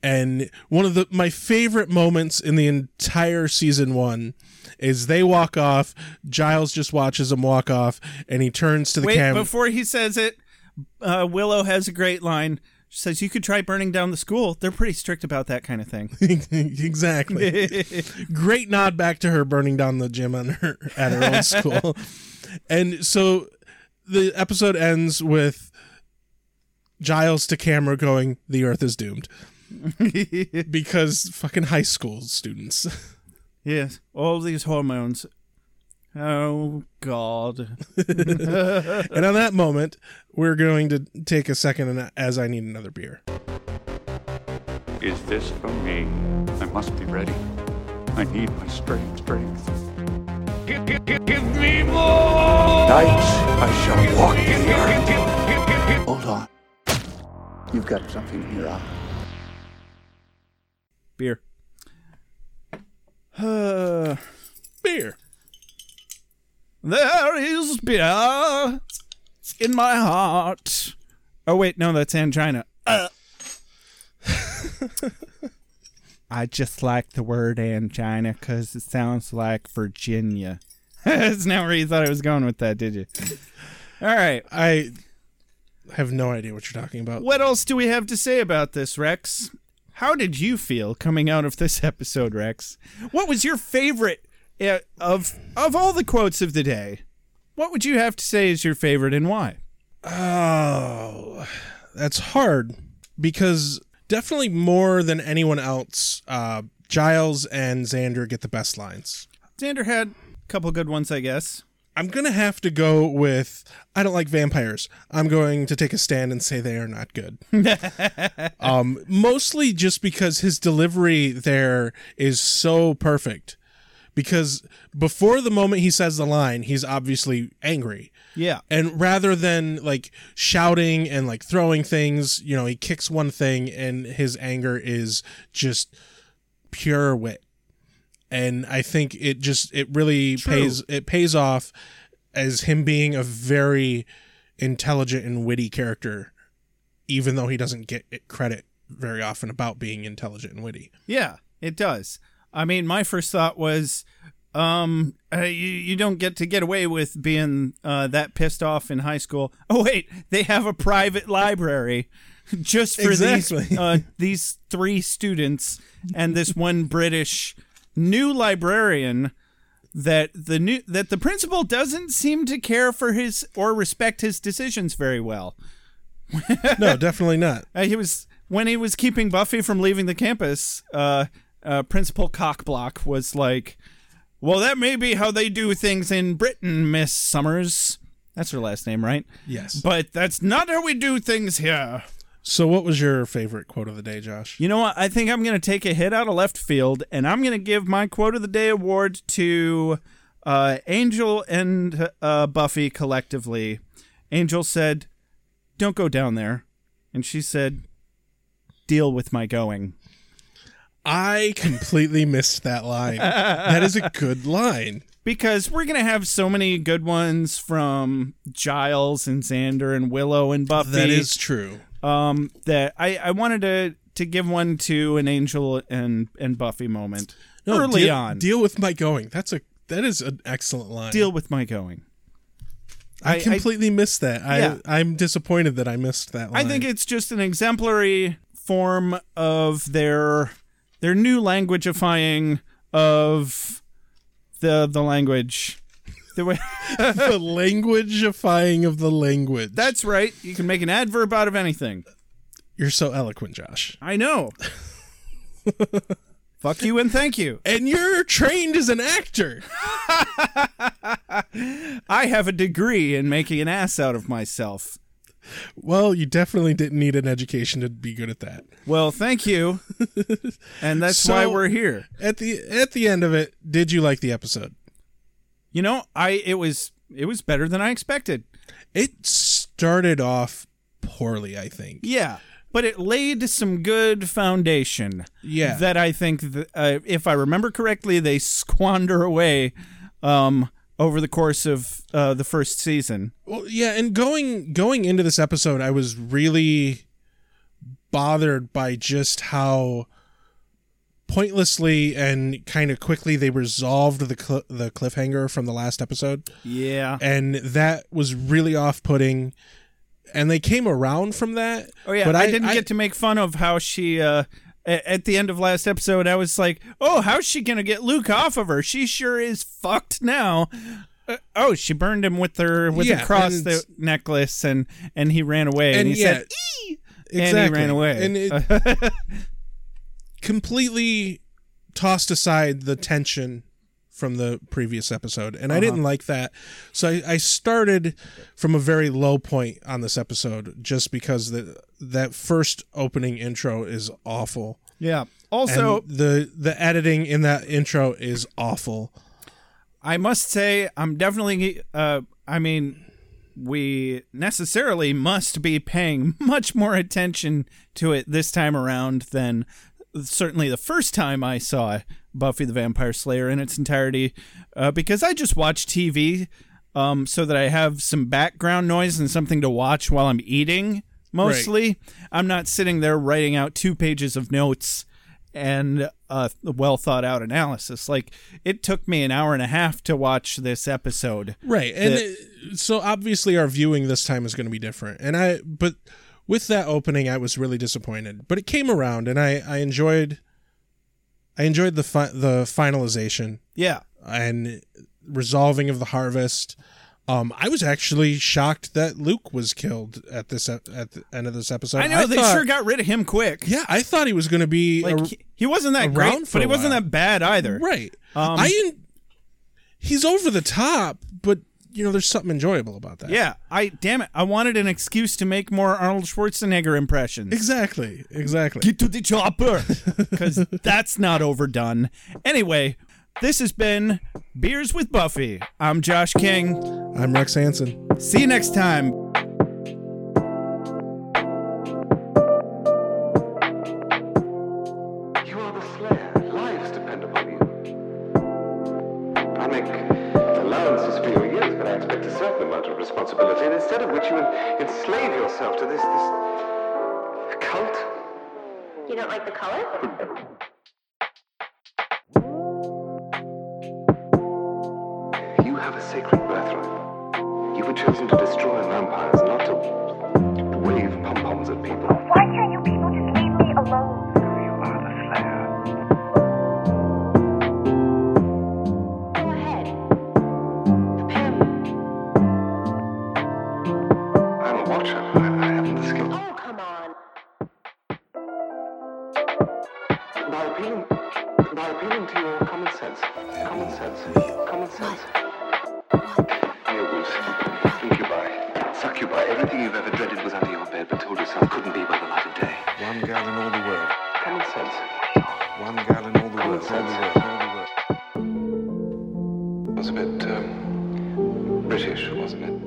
S6: And one of the my favorite moments in the entire season one is they walk off. Giles just watches them walk off, and he turns to the
S5: Wait,
S6: camera.
S5: before he says it, uh, Willow has a great line. She says, "You could try burning down the school. They're pretty strict about that kind of thing."
S6: exactly. Great nod back to her burning down the gym on her, at her old school. And so the episode ends with Giles to camera going, The earth is doomed. because fucking high school students.
S5: Yes, all these hormones. Oh God!
S6: and on that moment, we're going to take a second and as I need another beer.
S2: Is this for me? I must be ready. I need my strength, strength.
S1: Give, give, give, give me more!
S3: Nights I shall walk in here.
S1: Give, give, give, give, give.
S3: Hold on. You've got something in your eye.
S5: Beer. Uh,
S6: Beer.
S5: there is beer in my heart. Oh wait, no, that's angina. Uh. I just like the word angina because it sounds like Virginia. That's not where you thought I was going with that, did you? All right.
S6: I have no idea what you're talking about.
S5: What else do we have to say about this, Rex? How did you feel coming out of this episode, Rex? What was your favorite uh, of of all the quotes of the day? What would you have to say is your favorite and why?
S6: Oh, that's hard because definitely more than anyone else, uh, Giles and Xander get the best lines.
S5: Xander had a couple good ones, I guess.
S6: I'm going to have to go with I don't like vampires. I'm going to take a stand and say they are not good. um, mostly just because his delivery there is so perfect. Because before the moment he says the line, he's obviously angry.
S5: Yeah.
S6: And rather than like shouting and like throwing things, you know, he kicks one thing and his anger is just pure wit. And I think it just it really pays it pays off as him being a very intelligent and witty character, even though he doesn't get it credit very often about being intelligent and witty.
S5: Yeah, it does. I mean, my first thought was, um, uh, you, you don't get to get away with being uh, that pissed off in high school. Oh wait, they have a private library just for
S6: Exactly.
S5: these uh, these three students and this one British new librarian that the new that the principal doesn't seem to care for his or respect his decisions very well.
S6: No, definitely not.
S5: Uh, he was when he was keeping Buffy from leaving the campus. Uh, uh, Principal Cockblock was like, "Well, that may be how they do things in Britain, Miss Summers. That's her last name, right?
S6: Yes.
S5: But that's not how we do things here."
S6: So what was your favorite quote of the day, Josh?
S5: You know what? I think I'm going to take a hit out of left field, and I'm going to give my quote of the day award to uh, Angel and uh, Buffy collectively. Angel said, "Don't go down there," and she said, "Deal with my going."
S6: I completely missed that line. That is a good line.
S5: because we're gonna have so many good ones from Giles and Xander and Willow and Buffy.
S6: That is true.
S5: um, that I, I wanted to to give one to an Angel and and Buffy moment early
S6: deal,
S5: on. Deal,
S6: Deal with my going. That's a that is an excellent line.
S5: with my going.
S6: I,
S5: I-
S6: completely missed that. I
S5: Yeah.
S6: I'm disappointed that I missed that
S5: I
S6: line.
S5: think it's just an exemplary form of their their new languageifying of the the language. The way-
S6: the languageifying of the language.
S5: That's right. You can make an adverb out of anything.
S6: You're so eloquent, Josh.
S5: I know. Fuck you and thank you.
S6: And you're trained as an actor.
S5: I have a degree in making an ass out of myself.
S6: Well, you definitely didn't need an education to be good at that.
S5: Well, thank you. And that's
S6: So-
S5: why we're here.
S6: At the at the end of it, did you like the episode?
S5: You know, I it was it was better than I expected.
S6: It started off poorly, I think.
S5: Yeah, but it laid some good foundation.
S6: Yeah.
S5: that I think th- uh, if I remember correctly, they squander away um, over the course of uh, the first season.
S6: Well, yeah, and going going into this episode, I was really bothered by just how pointlessly and kind of quickly they resolved the cl- the cliffhanger from the last episode,
S5: Yeah.
S6: and that was really off putting. And they came around from that.
S5: Oh yeah,
S6: but
S5: I, didn't get to make fun of how she. Uh, a- at the end of last episode, I was like, "Oh, how's she gonna get Luke off of her? She sure is fucked now." Uh, oh, she burned him with her with
S6: Yeah,
S5: a cross
S6: and
S5: the
S6: it's-
S5: necklace, and and he ran away, and,
S6: And
S5: he
S6: yeah,
S5: said, "Ee!" and he ran away.
S6: And it completely tossed aside the tension from the previous episode.
S5: Uh-huh.
S6: And I didn't like that. So I, I started from a very low point on this episode just because the, that first opening intro is awful.
S5: yeah.
S6: And
S5: Also,
S6: the the editing in that intro is awful.
S5: I must say, I'm definitely. Uh, I mean, we necessarily must be paying much more attention to it this time around than certainly the first time I saw Buffy the Vampire Slayer in its entirety, uh, because I just watch TV um, so that I have some background noise and something to watch while I'm eating. Mostly, I'm not sitting there writing out two pages of notes and a well thought out analysis. Like it took me an hour and a half to watch this episode.
S6: right and
S5: that-
S6: it- so obviously our viewing this time is going to be different and i but with that opening i was really disappointed but it came around and i i enjoyed i enjoyed the fi- the finalization
S5: Yeah.
S6: and resolving of the harvest um i was actually shocked that luke was killed at this ep- at the end of this episode
S5: I know they
S6: thought-
S5: sure got rid of him quick.
S6: yeah i thought he was going to be
S5: Like
S6: a-
S5: he, he wasn't that
S6: around
S5: great, but
S6: for a
S5: he wasn't
S6: while.
S5: that bad either.
S6: Right.
S5: Um,
S6: I didn't- he's over the top, but you know, there's something enjoyable about that.
S5: Yeah. I damn it. I wanted an excuse to make more Arnold Schwarzenegger impressions.
S6: Exactly. Exactly.
S5: Get to the chopper because that's not overdone. Anyway, this has been Beers with Buffy. I'm Josh King.
S6: I'm Rex Hansen.
S5: See you next time.
S9: You are the slayer. Lives depend upon you. I make allowances for your years, but I expect a certain amount of responsibility, and instead of which you en- enslave yourself to this this cult.
S10: You don't like the color?
S9: You have a sacred birthright. You were chosen to destroy vampires, not to wave pom-poms at people.
S10: Why can't you people just leave me alone?
S9: You are the slayer.
S10: Go ahead.
S9: I'm a watcher. I, I haven't the skill.
S10: Oh, come on.
S9: By appealing, by appealing to your common sense. Common sense. Common sense. Earwolves, incubi, succubi, everything you've ever dreaded was under your bed but told yourself couldn't be by the light of day.
S1: One girl in all the world.
S9: Common sense.
S1: One girl in all the world. All the world. All the world.
S9: It was a bit, um, British, wasn't it?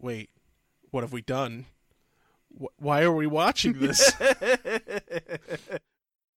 S6: Wait, what have we done? Wh- Why are we watching this?